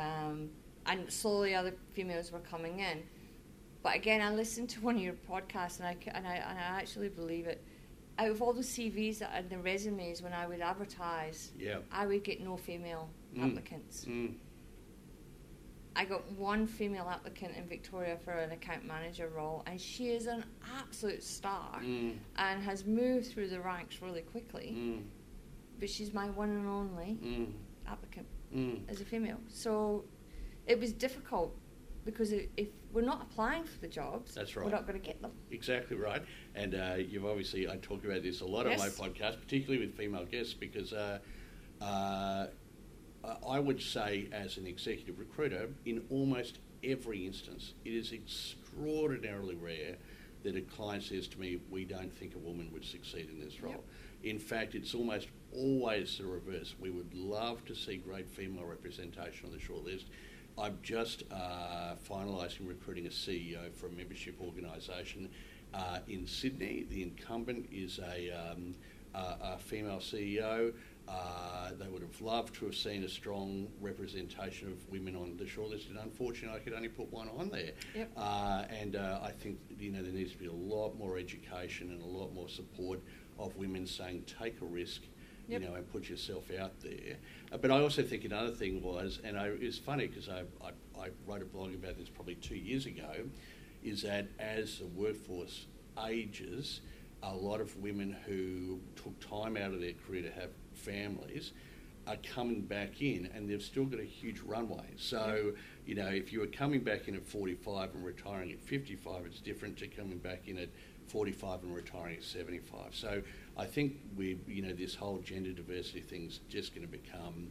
um, and slowly other females were coming in. But again, I listened to one of your podcasts, and I c- and I and I actually believe it. Out of all the CVs that- and the resumes, when I would advertise,
Yeah.
I would get no female
Mm.
applicants.
Mm.
I got one female applicant in Victoria for an account manager role, and she is an absolute star
Mm.
and has moved through the ranks really quickly.
Mm.
But she's my one and only
Mm.
applicant.
Mm.
as a female. So it was difficult because i- if we're not applying for the jobs,
That's
we're
right.
not going to get them.
Exactly right. And uh, you've obviously, I talk about this a lot on my
Yes.
podcast, particularly with female guests, because uh, uh, I- I would say, as an executive recruiter, in almost every instance, it is extraordinarily rare that a client says to me, We don't think a woman would succeed in this role. In fact, it's almost always the reverse. We would love to see great female representation on the shortlist. I'm just uh, finalising recruiting a CEO for a membership organisation uh, in Sydney. The incumbent is a, um, a, a female CEO. Uh, they would have loved to have seen a strong representation of women on the shortlist, and unfortunately, I could only put one on there.
Yep.
Uh, and uh, I think you know there needs to be a lot more education and a lot more support of women saying take a risk,
Yep.
you know, and put yourself out there. Uh, but I also think another thing was, and I, it's funny because I, I, I wrote a blog about this probably two years ago, is that as the workforce ages, a lot of women who took time out of their career to have families are coming back in and they've still got a huge runway. So, you know, if you were coming back in at 45 and retiring at 55, it's different to coming back in at 45 and retiring at 75. So I think we, you know, this whole gender diversity thing's just going to become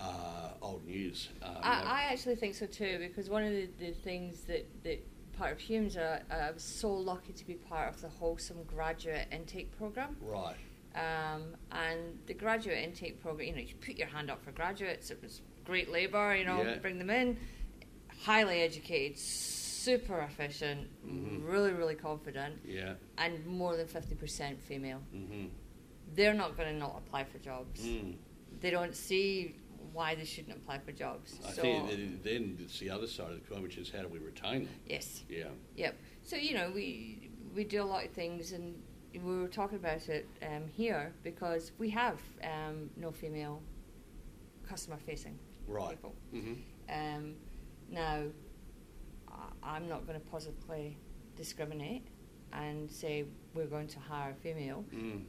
uh, old news. Um,
I, I actually think so too, because one of the, the things that, that part of Humes are, I was so lucky to be part of the Wholesome Graduate Intake Programme.
right.
Um, and the graduate intake program, you know, you put your hand up for graduates. It was great labour, you know,
Yeah.
bring them in. Highly educated, super efficient,
Mhm.
really, really confident,
Yeah.
and more than 50% female.
Mm-hmm.
They're not going to not apply for jobs.
Mm.
They don't see why they shouldn't apply for jobs.
I
so,
think then, then it's the other side of the coin, which is how do we retain them?
yes.
Yeah.
Yep. So you know we we do a lot of things, and we were talking about it um, here because we have um, no female customer facing
Right.
people.
Mm-hmm.
Um, now, I, I'm not going to positively discriminate and say we're going to hire a female,
Mm.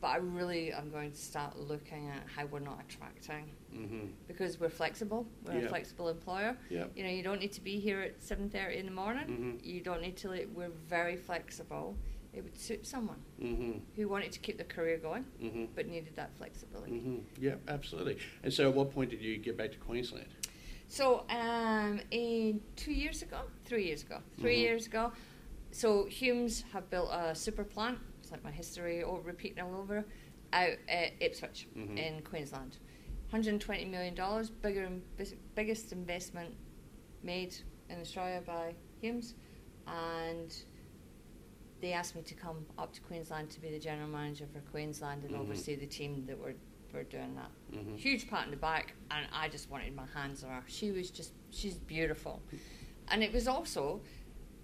but I really am going to start looking at how we're not attracting
Mm-hmm.
because we're flexible. We're
Yeah.
a flexible employer.
Yeah.
You know, you don't need to be here at seven thirty in the morning.
Mhm.
You don't need to. li- We're very flexible. It would suit someone
Mm-hmm.
who wanted to keep their career going
Mm-hmm.
but needed that flexibility.
Mm-hmm. Yeah, absolutely. And so, at what point did you get back to Queensland?
So, um, in two years ago, three years ago, 3
Mhm.
years ago, so Humes have built a super plant. It's like my history, all repeating all over, out at Ipswich
Mhm.
in Queensland. 120 million dollars, bigger and bis- biggest investment made in Australia by Humes, and they asked me to come up to Queensland to be the general manager for Queensland and
Mhm.
oversee the team that were were doing that
Mhm.
huge pat on the back, and I just wanted my hands on her. She was just, she's beautiful. And it was also,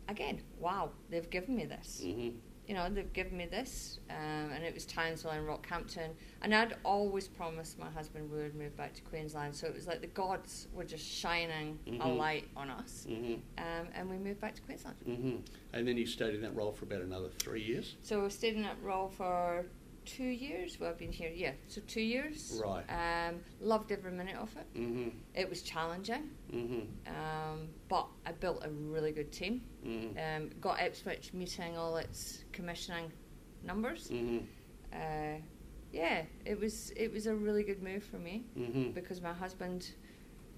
again, wow, they've given me this.
Mm-hmm.
You know, they've given me this. Um, and it was Townsville and Rockhampton. And I'd always promised my husband we would move back to Queensland. So it was like the gods were just shining a
Mhm.
light on us.
Mm-hmm.
Um, and we moved back to Queensland.
Mm-hmm. And then you stayed in that role for about another three years.
So I stayed in that role for two years. Well, I've been here, yeah, so two years.
Right.
Um, loved every minute of it.
Mm-hmm.
It was challenging.
Mm-hmm.
Um, but I built a really good team.
Mm-hmm.
Um, got Ipswich meeting all its commissioning numbers.
Mm-hmm.
Uh, yeah, it was it was a really good move for me
Mm-hmm.
because my husband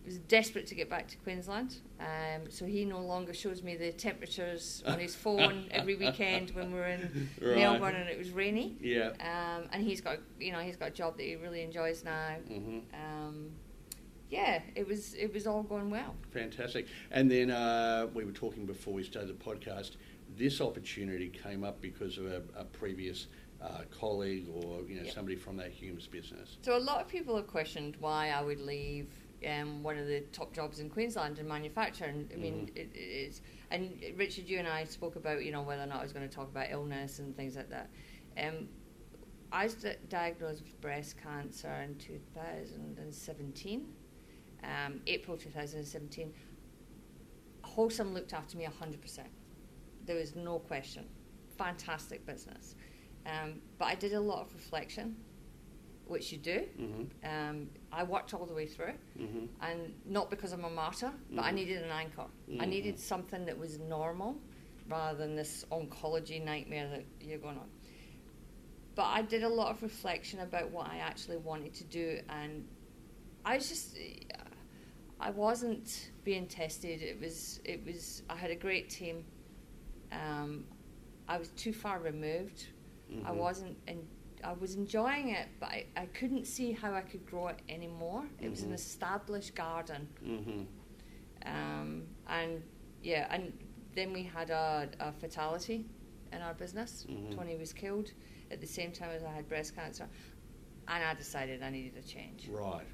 was desperate to get back to Queensland. Um, so he no longer shows me the temperatures on his phone every weekend when we're in
Right.
Melbourne and it was rainy.
Yeah.
Um, and he's got you know he's got a job that he really enjoys now.
Mm-hmm.
Um, yeah, it was it was all going well.
Fantastic. And then uh, we were talking before we started the podcast. This opportunity came up because of a, a previous uh, colleague or you know
Yep.
somebody from that Humes business.
So a lot of people have questioned why I would leave um, one of the top jobs in Queensland in manufacturing. I mean,
Mhm.
it, it's and Richard, you and I spoke about you know whether or not I was going to talk about illness and things like that. Um, I was di- diagnosed with breast cancer in 2017, um, April 2017. Wholesome looked after me 100%. There was no question. Fantastic business. Um, but I did a lot of reflection, which you do.
Mm-hmm.
Um, I worked all the way through,
Mm-hmm.
and not because I'm a martyr, but I
Mhm.
needed an anchor. I
Mhm.
needed something that was normal rather than this oncology nightmare that you're going on. But I did a lot of reflection about what I actually wanted to do, and I was just. I wasn't being tested. It was. It was. I had a great team. Um, I was too far removed. I
Mhm.
wasn't. In, I was enjoying it, but I, I couldn't see how I could grow it anymore. It was an
Mhm.
established garden,
Mm-hmm.
um, and yeah, and then we had a, a fatality in our business.
Mhm.
Tony was killed at the same time as I had breast cancer, and I decided I needed a change
Right.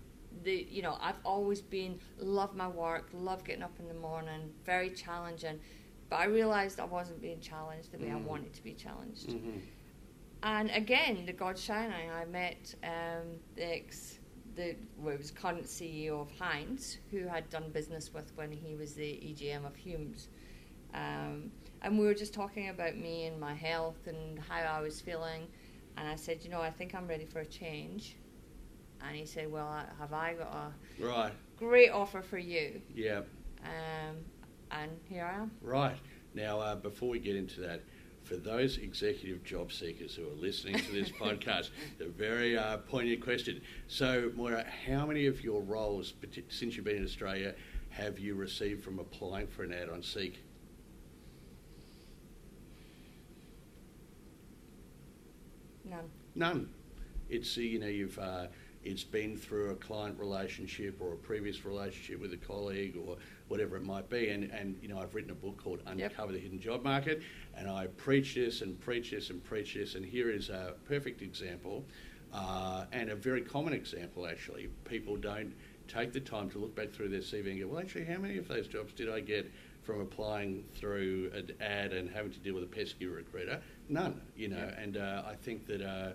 the you know I've always been love my work, love getting up in the morning, very challenging. But I realised I wasn't being challenged the way I
Mhm.
wanted to be challenged.
Mm-hmm.
And again, the God shining, I met um, the ex, the well, it was current CEO of Heinz, who I'd done business with when he was the EGM of Humes. Um, and we were just talking about me and my health and how I was feeling. And I said, you know, I think I'm ready for a change. And he said, well, I- have I got a
Right.
great offer for you.
Yeah.
Um, and here I am.
Right. Now, uh, before we get into that, for those executive job seekers who are listening to this podcast, a very uh, poignant question. So, Moira, how many of your roles parti- since you've been in Australia have you received from applying for an ad on Seek?
None.
None. It's uh, you know you've uh, it's been through a client relationship or a previous relationship with a colleague or whatever it might be. And and you know I've written a book called Uncover the Hidden Job Market, and I preach this and preach this and preach this. And here is a perfect example, uh, and a very common example actually. People don't take the time to look back through their CV and go, well, actually, how many of those jobs did I get from applying through an ad and having to deal with a pesky recruiter? None, you know.
Yeah.
And uh, I think that, uh,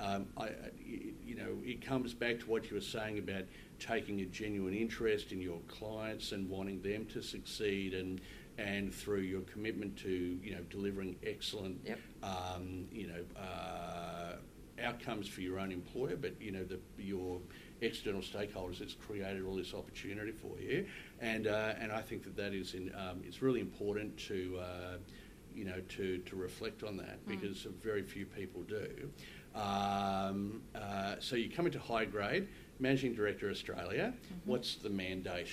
um, I, I- y- you know, it comes back to what you were saying about taking a genuine interest in your clients and wanting them to succeed and and through your commitment to you know delivering excellent
Yep.
um, you know, uh, outcomes for your own employer, but you know, the, your external stakeholders. It's created all this opportunity for you, and uh, and I think that that is in, um, it's really important to. Uh, you know, to, to reflect on that because very few people do. Um, uh, so you come into high grade, managing director Australia. What's the mandate?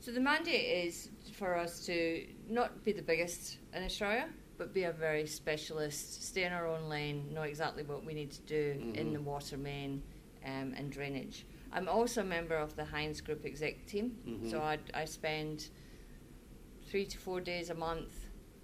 So the mandate is for us to not be the biggest in Australia, but be a very specialist, stay in our own lane, know exactly what we need to do in the water main um, and drainage. I'm also a member of the Heinz Group exec team, so I, I spend three to four days a month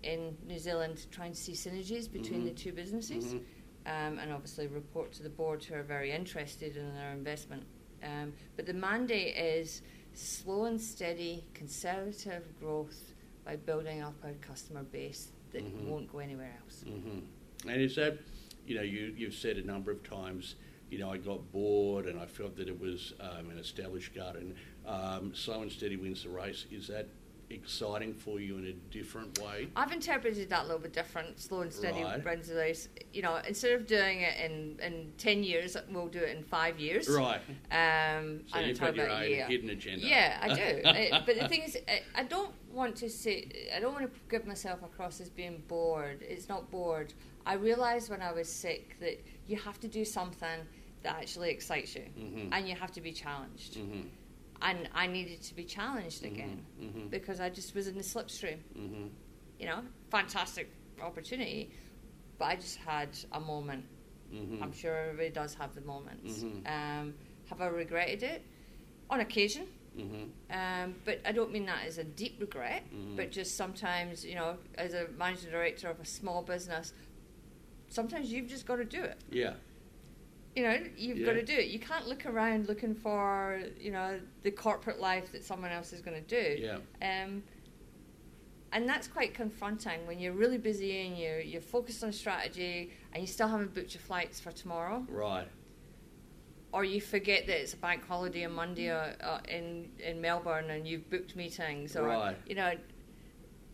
in New Zealand trying to see synergies between the two businesses
Mhm.
um, and obviously report to the board who are very interested in our investment. Um, but the mandate is slow and steady, conservative growth by building up our customer base that
Mhm.
won't go anywhere else.
Mm-hmm. And is that, you know, you, you've said a number of times, you know, I got bored and I felt that it was um, an established garden. Um, slow and steady wins the race. Is that exciting for you in a different way?
I've interpreted that a little bit different. Slow and steady
Right.
wins the race. You know, instead of doing it in, in 10 years, we'll do it in five years.
Right.
Um,
So
I don't
you've
talk
got your own
about a year.
hidden agenda.
Yeah, I do. I, but the thing is, I, I don't want to say, I don't want to give myself across as being bored. It's not bored. I realised when I was sick that you have to do something that actually excites you
Mhm.
and you have to be challenged.
Mm-hmm.
And I needed to be challenged again
mhm.
because I just was in the slipstream.
Mm-hmm.
You know, fantastic opportunity, but I just had a moment
Mm-hmm.
I'm sure everybody does have the moments.
Mhm.
Um, have I regretted it? On occasion.
Mm-hmm.
Um, but I don't mean that as a deep regret,
Mhm.
but just sometimes, you know, as a managing director of a small business, sometimes you've just got to do it.
Yeah.
You know, you've got
Yeah.
to do it. You can't look around looking for, you know, the corporate life that someone else is going to do.
Yeah.
Um, and that's quite confronting when you're really busy and you're, you're focused on strategy and you still haven't booked your flights for tomorrow
Right.
or you forget that it's a bank holiday on Monday uh, uh, in in Melbourne and you've booked meetings or
Right.
you know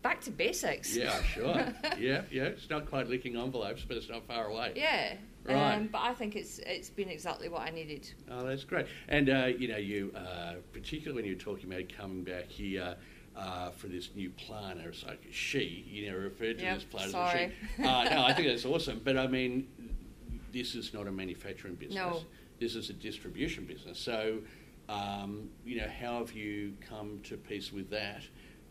back to basics.
Yeah, sure. yeah, yeah. It's not quite licking envelopes, but it's not far away.
yeah.
Right.
Um, but I think it's it's been exactly what I needed.
Oh, that's great. And uh, you know, you uh, particularly when you're talking about coming back here uh, for this new plan, or it's like she, you know, referred to
Yep,
this plan
sorry.
as a she. Uh, no, I think that's awesome. But I mean, this is not a manufacturing business.
No.
This is a distribution business. So, um, you know, how have you come to peace with that?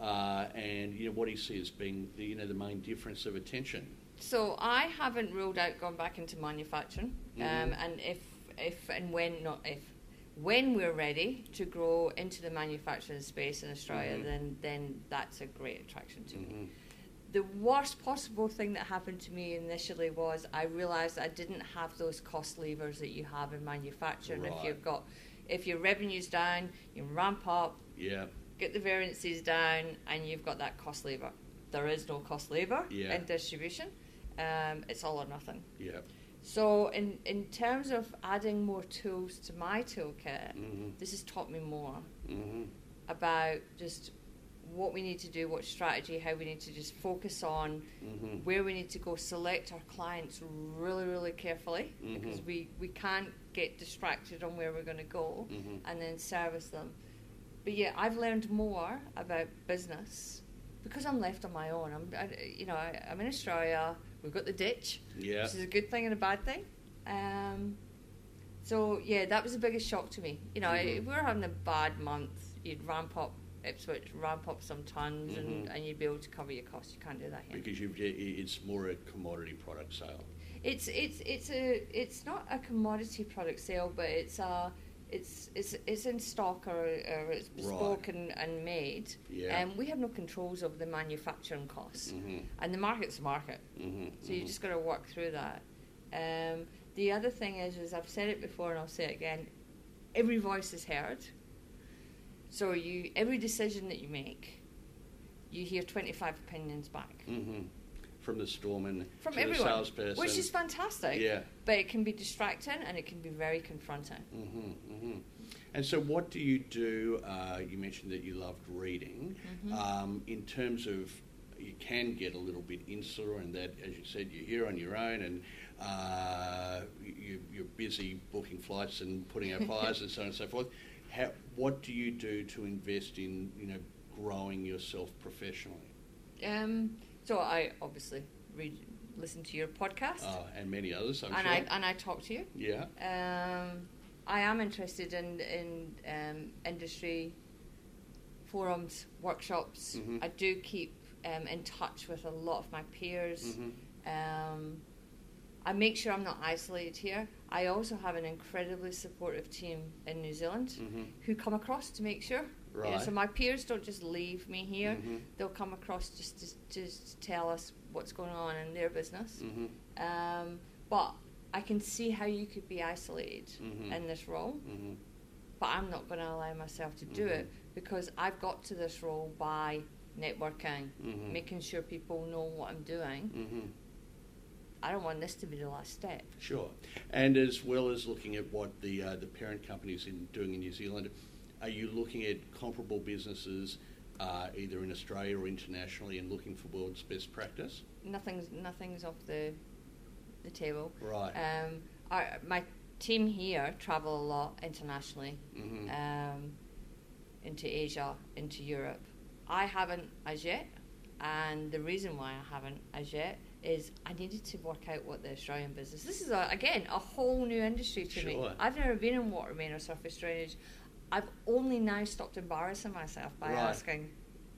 Uh, and you know, what do you see as being the, you know the main difference of attention?
So I haven't ruled out going back into manufacturing. Um, and if if and when not if when we're ready to grow into the manufacturing space in Australia,
Mhm.
then then that's a great attraction to me.
Mhm.
the worst possible thing that happened to me initially was I realized I didn't have those cost levers that you have in manufacturing. If
Right.
you've got, if your revenue's down, you ramp up,
Yeah,
get the variances down, and you've got that cost lever. There is no cost lever
Yeah.
in distribution. Um, it's all or nothing.
yeah.
So in in terms of adding more tools to my toolkit,
Mm-hmm.
this has taught me more
Mm-hmm.
about just what we need to do, what strategy, how we need to just focus on
Mm-hmm.
where we need to go select our clients really really carefully because
Mhm.
we we can't get distracted on where we're going to go
Mhm.
and then service them but yeah i've learned more about business because I'm left on my own. I'm, I, you know, I, I'm in Australia. We've got the ditch,
Yeah.
which is a good thing and a bad thing. Um, so yeah, that was the biggest shock to me. You know,
Mhm.
if we were having a bad month, you'd ramp up Ipswich, ramp up some tons, and,
Mhm.
and you'd be able to cover your costs. You can't do that here.
Because you've, i- it's more a commodity product sale.
It's it's it's a it's not a commodity product sale, but it's a it's it's it's in stock or, or it's bespoke and, and made.
Yeah.
And we have no controls over the manufacturing costs,
Mhm.
and the market's the market,
Mm-hmm.
so you just got to work through that. Um, the other thing is, is I've said it before and I'll say it again. Every voice is heard. So you every decision that you make, you hear twenty five opinions back
hmm From the storeman
from
to
everyone,
the salesperson.
which is fantastic.
Yeah.
but it can be distracting and it can be very confronting.
Mhm, mhm. And so, what do you do? Uh, you mentioned that you loved reading.
Mhm.
Um, in terms of, you can get a little bit insular, and that, as you said, you're here on your own, and uh, you, you're busy booking flights and putting out fires and so on and so forth. How, what do you do to invest in, you know, growing yourself professionally Mm.
Um, so I obviously read, listen to your podcast,
uh, and many others? I'm
and
sure.
I and I talk to you.
yeah.
Um, I am interested in in um, industry forums, workshops.
Mhm.
I do keep um, in touch with a lot of my peers.
Mhm.
Um, I make sure I'm not isolated here. I also have an incredibly supportive team in New Zealand
Mhm.
who come across to make sure. You know,
Right.
so my peers don't just leave me here.
Mhm.
They'll come across just to, just to tell us what's going on in their business.
Mhm.
Um, but I can see how you could be isolated
Mhm.
in this role,
Mhm.
but I'm not going to allow myself to do
Mhm.
it because I've got to this role by networking,
Mhm.
making sure people know what I'm doing.
Mhm.
I don't want this to be the last step.
Sure, and as well as looking at what the uh, the parent companies in doing in New Zealand, are you looking at comparable businesses uh, either in Australia or internationally and looking for world's best practice?
Nothing's nothing's off the the table.
Right.
Um, our, my team here travel a lot internationally,
Mhm.
um, into Asia, into Europe. I haven't as yet, and the reason why I haven't as yet is I needed to work out what the Australian business. This is a, again a whole new industry to me.
Sure.
I've never been in water main or surface drainage. I've only now stopped embarrassing myself by
Right.
asking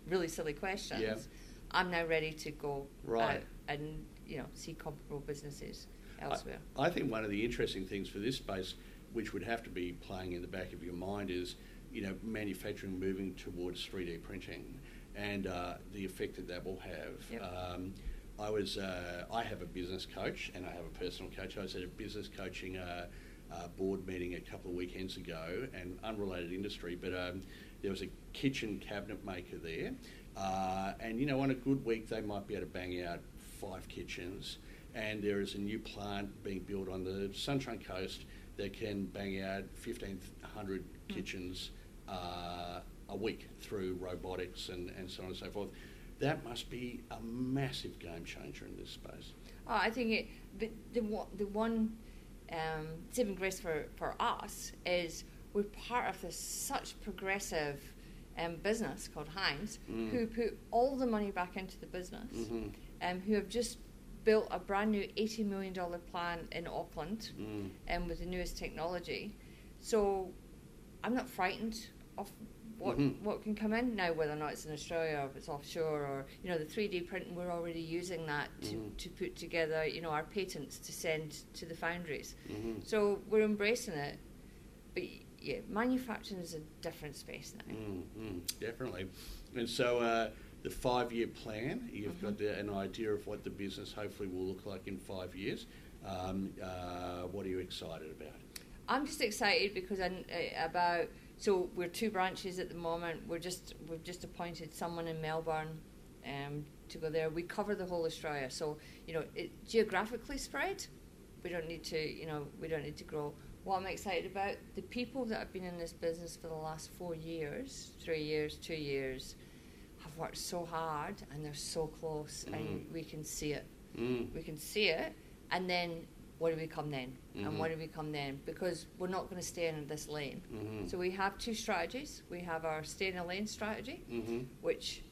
really silly questions. I'm now ready to go
Right.
out Uh, and you know see comparable businesses
I-
elsewhere.
I, think one of the interesting things for this space, which would have to be playing in the back of your mind, is you know manufacturing moving towards 3D printing and uh, the effect that that will have.
Yep.
Um, I was uh, I have a business coach and I have a personal coach. I was at a business coaching. Uh, uh, board meeting a couple of weekends ago, and unrelated industry, but um, there was a kitchen cabinet maker there, uh, and you know, on a good week they might be able to bang out five kitchens, and there is a new plant being built on the Sunshine Coast that can bang out 1,500 kitchens uh, a week through robotics and, and so on and so forth. That must be a massive game changer in this space.
Oh, I think it. The the, wa- the one um, saving grace for for us is we're part of this such progressive um, business called Heinz,
Mm.
who put all the money back into the business,
Mhm.
um, who have just built a brand new eighty million dollar plant in Auckland,
Mm.
um, with the newest technology. So I'm not frightened of what
Mhm.
what can come in now, whether or not it's in Australia or if it's offshore or you know the 3D printing. We're already using that to,
Mhm.
to put together you know our patents to send to the foundries.
Mhm.
So we're embracing it, but y- yeah, manufacturing is a different space now.
Mm, mm, definitely. And so uh, the five year plan, you've got the, an idea of what the business hopefully will look like in five years. Um, uh, what are you excited about?
I'm just excited because I kn- uh, about so we're two branches at the moment. We're just we've just appointed someone in Melbourne um, to go there. We cover the whole Australia, so you know it geographically spread. We don't need to you know we don't need to grow. What I'm excited about the people that have been in this business for the last four years, three years, two years, have worked so hard and they're so close, and
Mhm.
we can see it
Mm.
we can see it, and then what do we come then?
Mhm.
And what do we come then? Because we're not going to stay in this lane.
Mhm.
So we have two strategies. We have our stay in a lane strategy,
Mhm.
which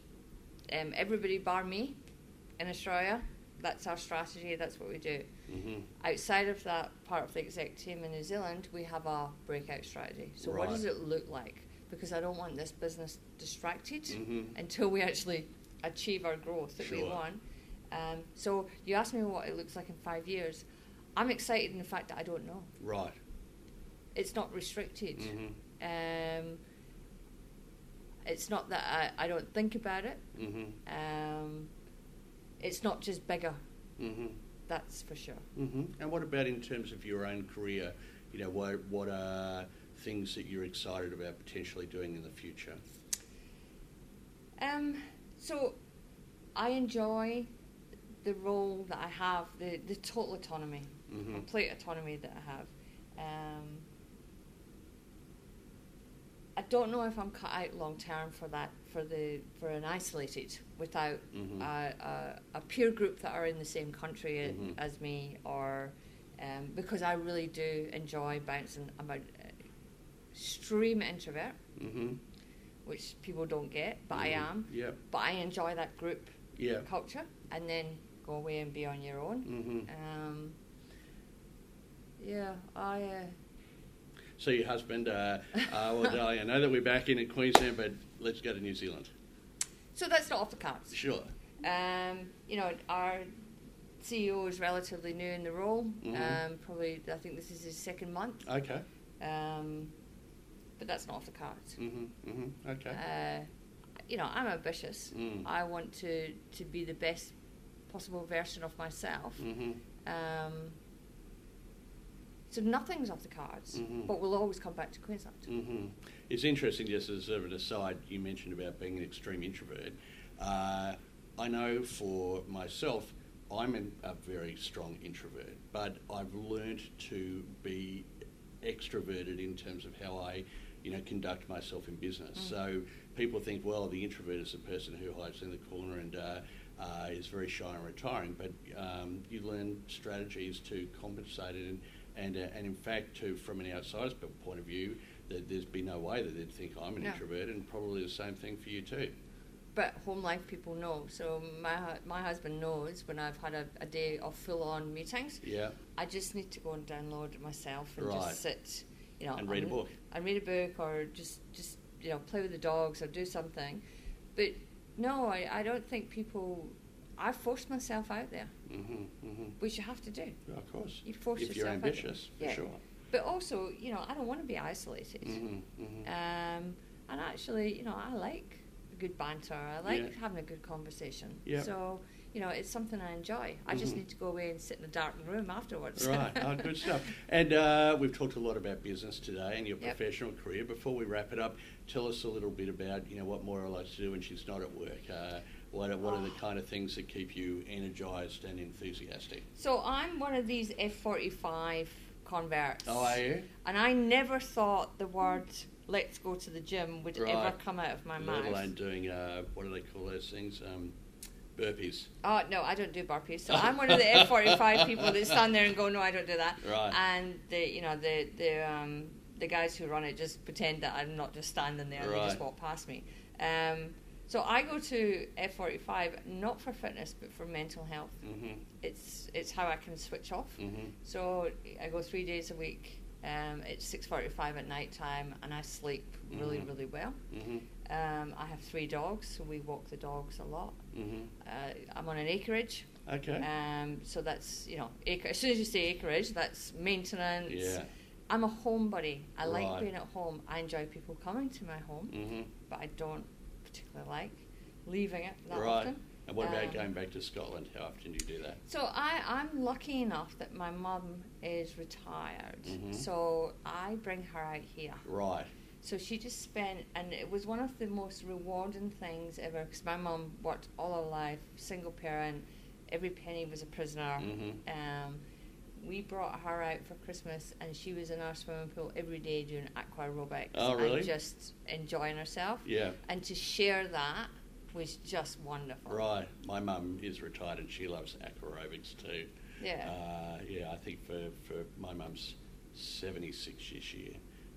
um, everybody bar me in Australia. That's our strategy. That's what we do.
hmm
Outside of that part of the exec team in New Zealand, we have our breakout strategy. So what does
Right.
it look like? Because I don't want this business distracted
Mhm.
until we actually achieve our growth that we
Sure.
want. Um, so you asked me what it looks like in five years. I'm excited in the fact that I don't know.
Right.
It's not restricted.
hmm
Um, it's not that I, I don't think about it.
hmm
Um, it's not just bigger,
hmm
that's for sure.
hmm And what about in terms of your own career? You know, what what are things that you're excited about potentially doing in the future?
Um, so I enjoy the role that I have, the, the total autonomy,
Mhm.
complete autonomy that I have. Um, I don't know if I'm cut out long term for that, for the for an isolated without
Mhm.
a, a, a peer group that are in the same country a-
Mhm.
as me, or um, because I really do enjoy bouncing. I'm an extreme introvert,
hmm
which people don't get, but I
Mhm.
am
Yep.
but I enjoy that group
Yeah.
culture and then go away and be on your own.
hmm
Um, yeah, I. Uh,
So your husband, uh, uh, well, darling, I know that we're back in in Queensland, but let's go to New Zealand.
so that's not off the cards.
Sure.
Um, you know, our CEO is relatively new in the role.
Mhm.
Um, probably, I think this is his second month.
Okay.
Um, but that's not off the cards.
hmm hmm Okay.
Uh, you know, I'm ambitious.
Mm.
I want to, to be the best possible version of myself.
hmm
Um, so nothing's off the cards,
Mhm.
but we'll always come back to Queensland.
hmm It's interesting, just as sort of an aside, you mentioned about being an extreme introvert. Uh, I know for myself, I'm an, a very strong introvert, but I've learnt to be extroverted in terms of how I, you know, conduct myself in business. So people think, well, the introvert is the person who hides in the corner and uh, uh, is very shy and retiring. But um, you learn strategies to compensate it, and and, uh, and in fact, to from an outsider's p- point of view, that there's been no way that they'd think I'm an
No.
introvert, and probably the same thing for you too.
But home life people know. So my hu- my husband knows when I've had a, a day of full on meetings.
Yeah.
I just need to go and download it myself and
Right.
just sit, you know,
And read a
I'm-
book.
And read a book, or just just you know play with the dogs or do something. But no, I, I don't think people. I forced myself out there,
hmm hmm
which you have to do.
of course.
You force
if you're
yourself out there.
ambitious, for
Yeah.
sure.
But also, you know, I don't want to be isolated.
hmm hmm
Um, and actually, you know, I like good banter. I like
Yeah.
having a good conversation.
Yep.
So, you know, it's something I enjoy. I just
Mhm.
need to go away and sit in a dark room afterwards.
Right, oh, good stuff. And uh, we've talked a lot about business today and your
Yep.
professional career. Before we wrap it up, tell us a little bit about you know what Moira likes to do when she's not at work. Uh, what are, what are the
Oh.
kind of things that keep you energized and enthusiastic?
So I'm one of these F45 converts.
Oh, are you?
And I never thought the word "let's go to the gym" would ever
Right.
come out of my
Let
mouth.
alone doing uh, what do they call those things? Um, burpees.
Oh no, I don't do burpees. So I'm one of the F45 people that stand there and go, no, I don't do that.
Right.
And the you know the the um, the guys who run it just pretend that I'm not just standing there. They
Right.
just walk past me. Um, so I go to F45 not for fitness but for mental health.
Mhm.
Mm-hmm. It's it's how I can switch off.
Mhm.
So I go three days a week. Um, it's 6:45 at night time, and I sleep really
Mhm.
really well.
Mhm.
Um, I have three dogs, so we walk the dogs a lot.
Mhm.
Uh, I'm on an acreage.
Okay.
Um, so that's you know, acre, as soon as you say acreage, that's maintenance.
Yeah.
I'm a homebody. I
Right.
like being at home. I enjoy people coming to my home,
Mhm.
but I don't particularly like leaving it that
Right.
often.
And what about
Um,
going back to Scotland? How often do you do that?
So I, I'm lucky enough that my mum is retired,
Mhm.
so I bring her out here.
Right.
So she just spent, and it was one of the most rewarding things ever because my mum worked all her life, single parent, every penny was a prisoner.
Mhm.
Um, we brought her out for Christmas, and she was in our swimming pool every day doing aqua aerobics
Oh, really?
and just enjoying herself.
Yeah.
And to share that was just wonderful.
Right. My mum is retired and she loves aquarobics too.
Yeah.
Uh, yeah, I think for, for my mum's 76 this year,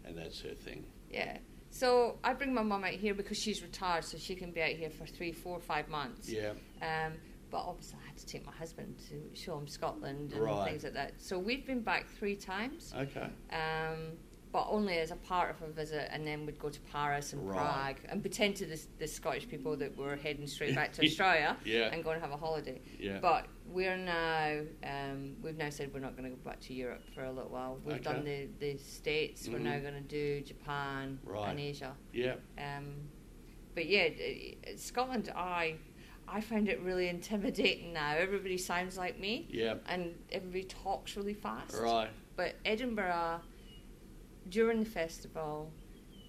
and that's her thing.
Yeah. So I bring my mum out here because she's retired, so she can be out here for three, four, five months.
Yeah.
Um, but obviously, I had to take my husband to show him Scotland and
Right. Uh.
things like that. So we've been back three times,
Okay.
um, but only as a part of a visit, and then we'd go to Paris and
Right.
Prague and pretend to the, the Scottish people that we're heading straight back to Australia
Yeah.
and go and have a holiday.
Yeah.
But we're now, um, we've now said we're not going to go back to Europe for a little while. We've done the, the States, we're now
Mhm.
going to do Japan
Right.
and Asia.
yeah.
Um, but yeah, d- uh, Scotland, I I find it really intimidating now. Everybody sounds like me,
Yeah.
and everybody talks really fast.
Right.
But Edinburgh, during the festival,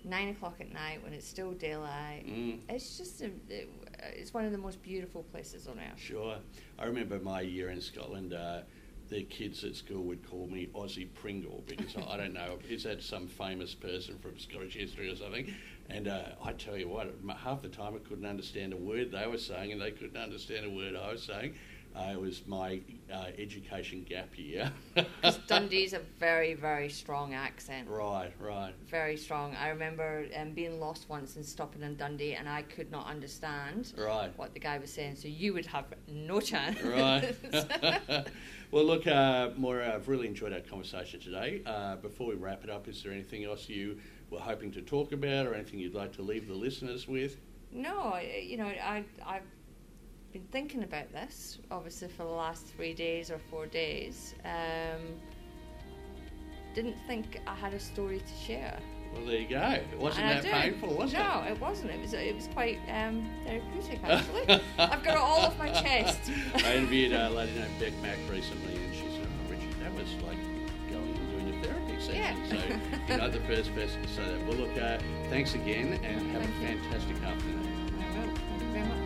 nine o'clock at night when it's still daylight,
Mm.
it's just a, it- it's one of the most beautiful places on earth.
Sure. I remember my year in Scotland. Uh, the kids at school would call me Aussie Pringle because I I don't know is that some famous person from Scottish history or something? And uh, I tell you what, m- half the time I couldn't understand a word they were saying, and they couldn't understand a word I was saying. Uh, it was my uh, education gap year.
Because Dundee's a very very strong accent.
right, right.
Very strong. I remember um, being lost once and stopping in Dundee, and I could not understand.
Right.
what the guy was saying, so you would have no chance.
Right. well, look, uh, Moira, I've really enjoyed our conversation today. Uh, before we wrap it up, is there anything else you were hoping to talk about or anything you'd like to leave the listeners with?
no, I- you know, I, I've been thinking about this, obviously, for the last three days or four days. Um, didn't think I had a story to share.
Well, there you go. It wasn't
And I
that
do.
painful, was
no,
it?
it wasn't. It was, it was quite um, therapeutic, actually. I've got it all off my chest.
I interviewed a lady named Beck Mack recently, and she said, oh, Richard, that was like going and doing your therapy session.
Yeah.
So you're not the first person to say that. Well, look, uh, thanks again, and have a
Thank
fantastic afternoon.
I will. Thank you very much.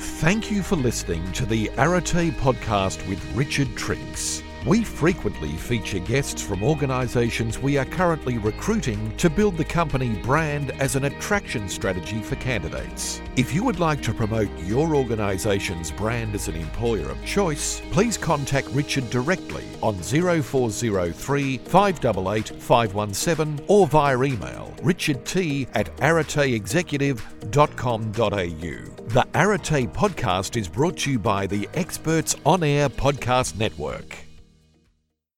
Thank you for listening to the Arate podcast with Richard Triggs. We frequently feature guests from organisations we are currently recruiting to build the company brand as an attraction strategy for candidates. If you would like to promote your organisation's brand as an employer of choice, please contact Richard directly on 0403 588 517 or via email richardt at arateexecutive.com.au. The Arate podcast is brought to you by the Experts On Air Podcast Network.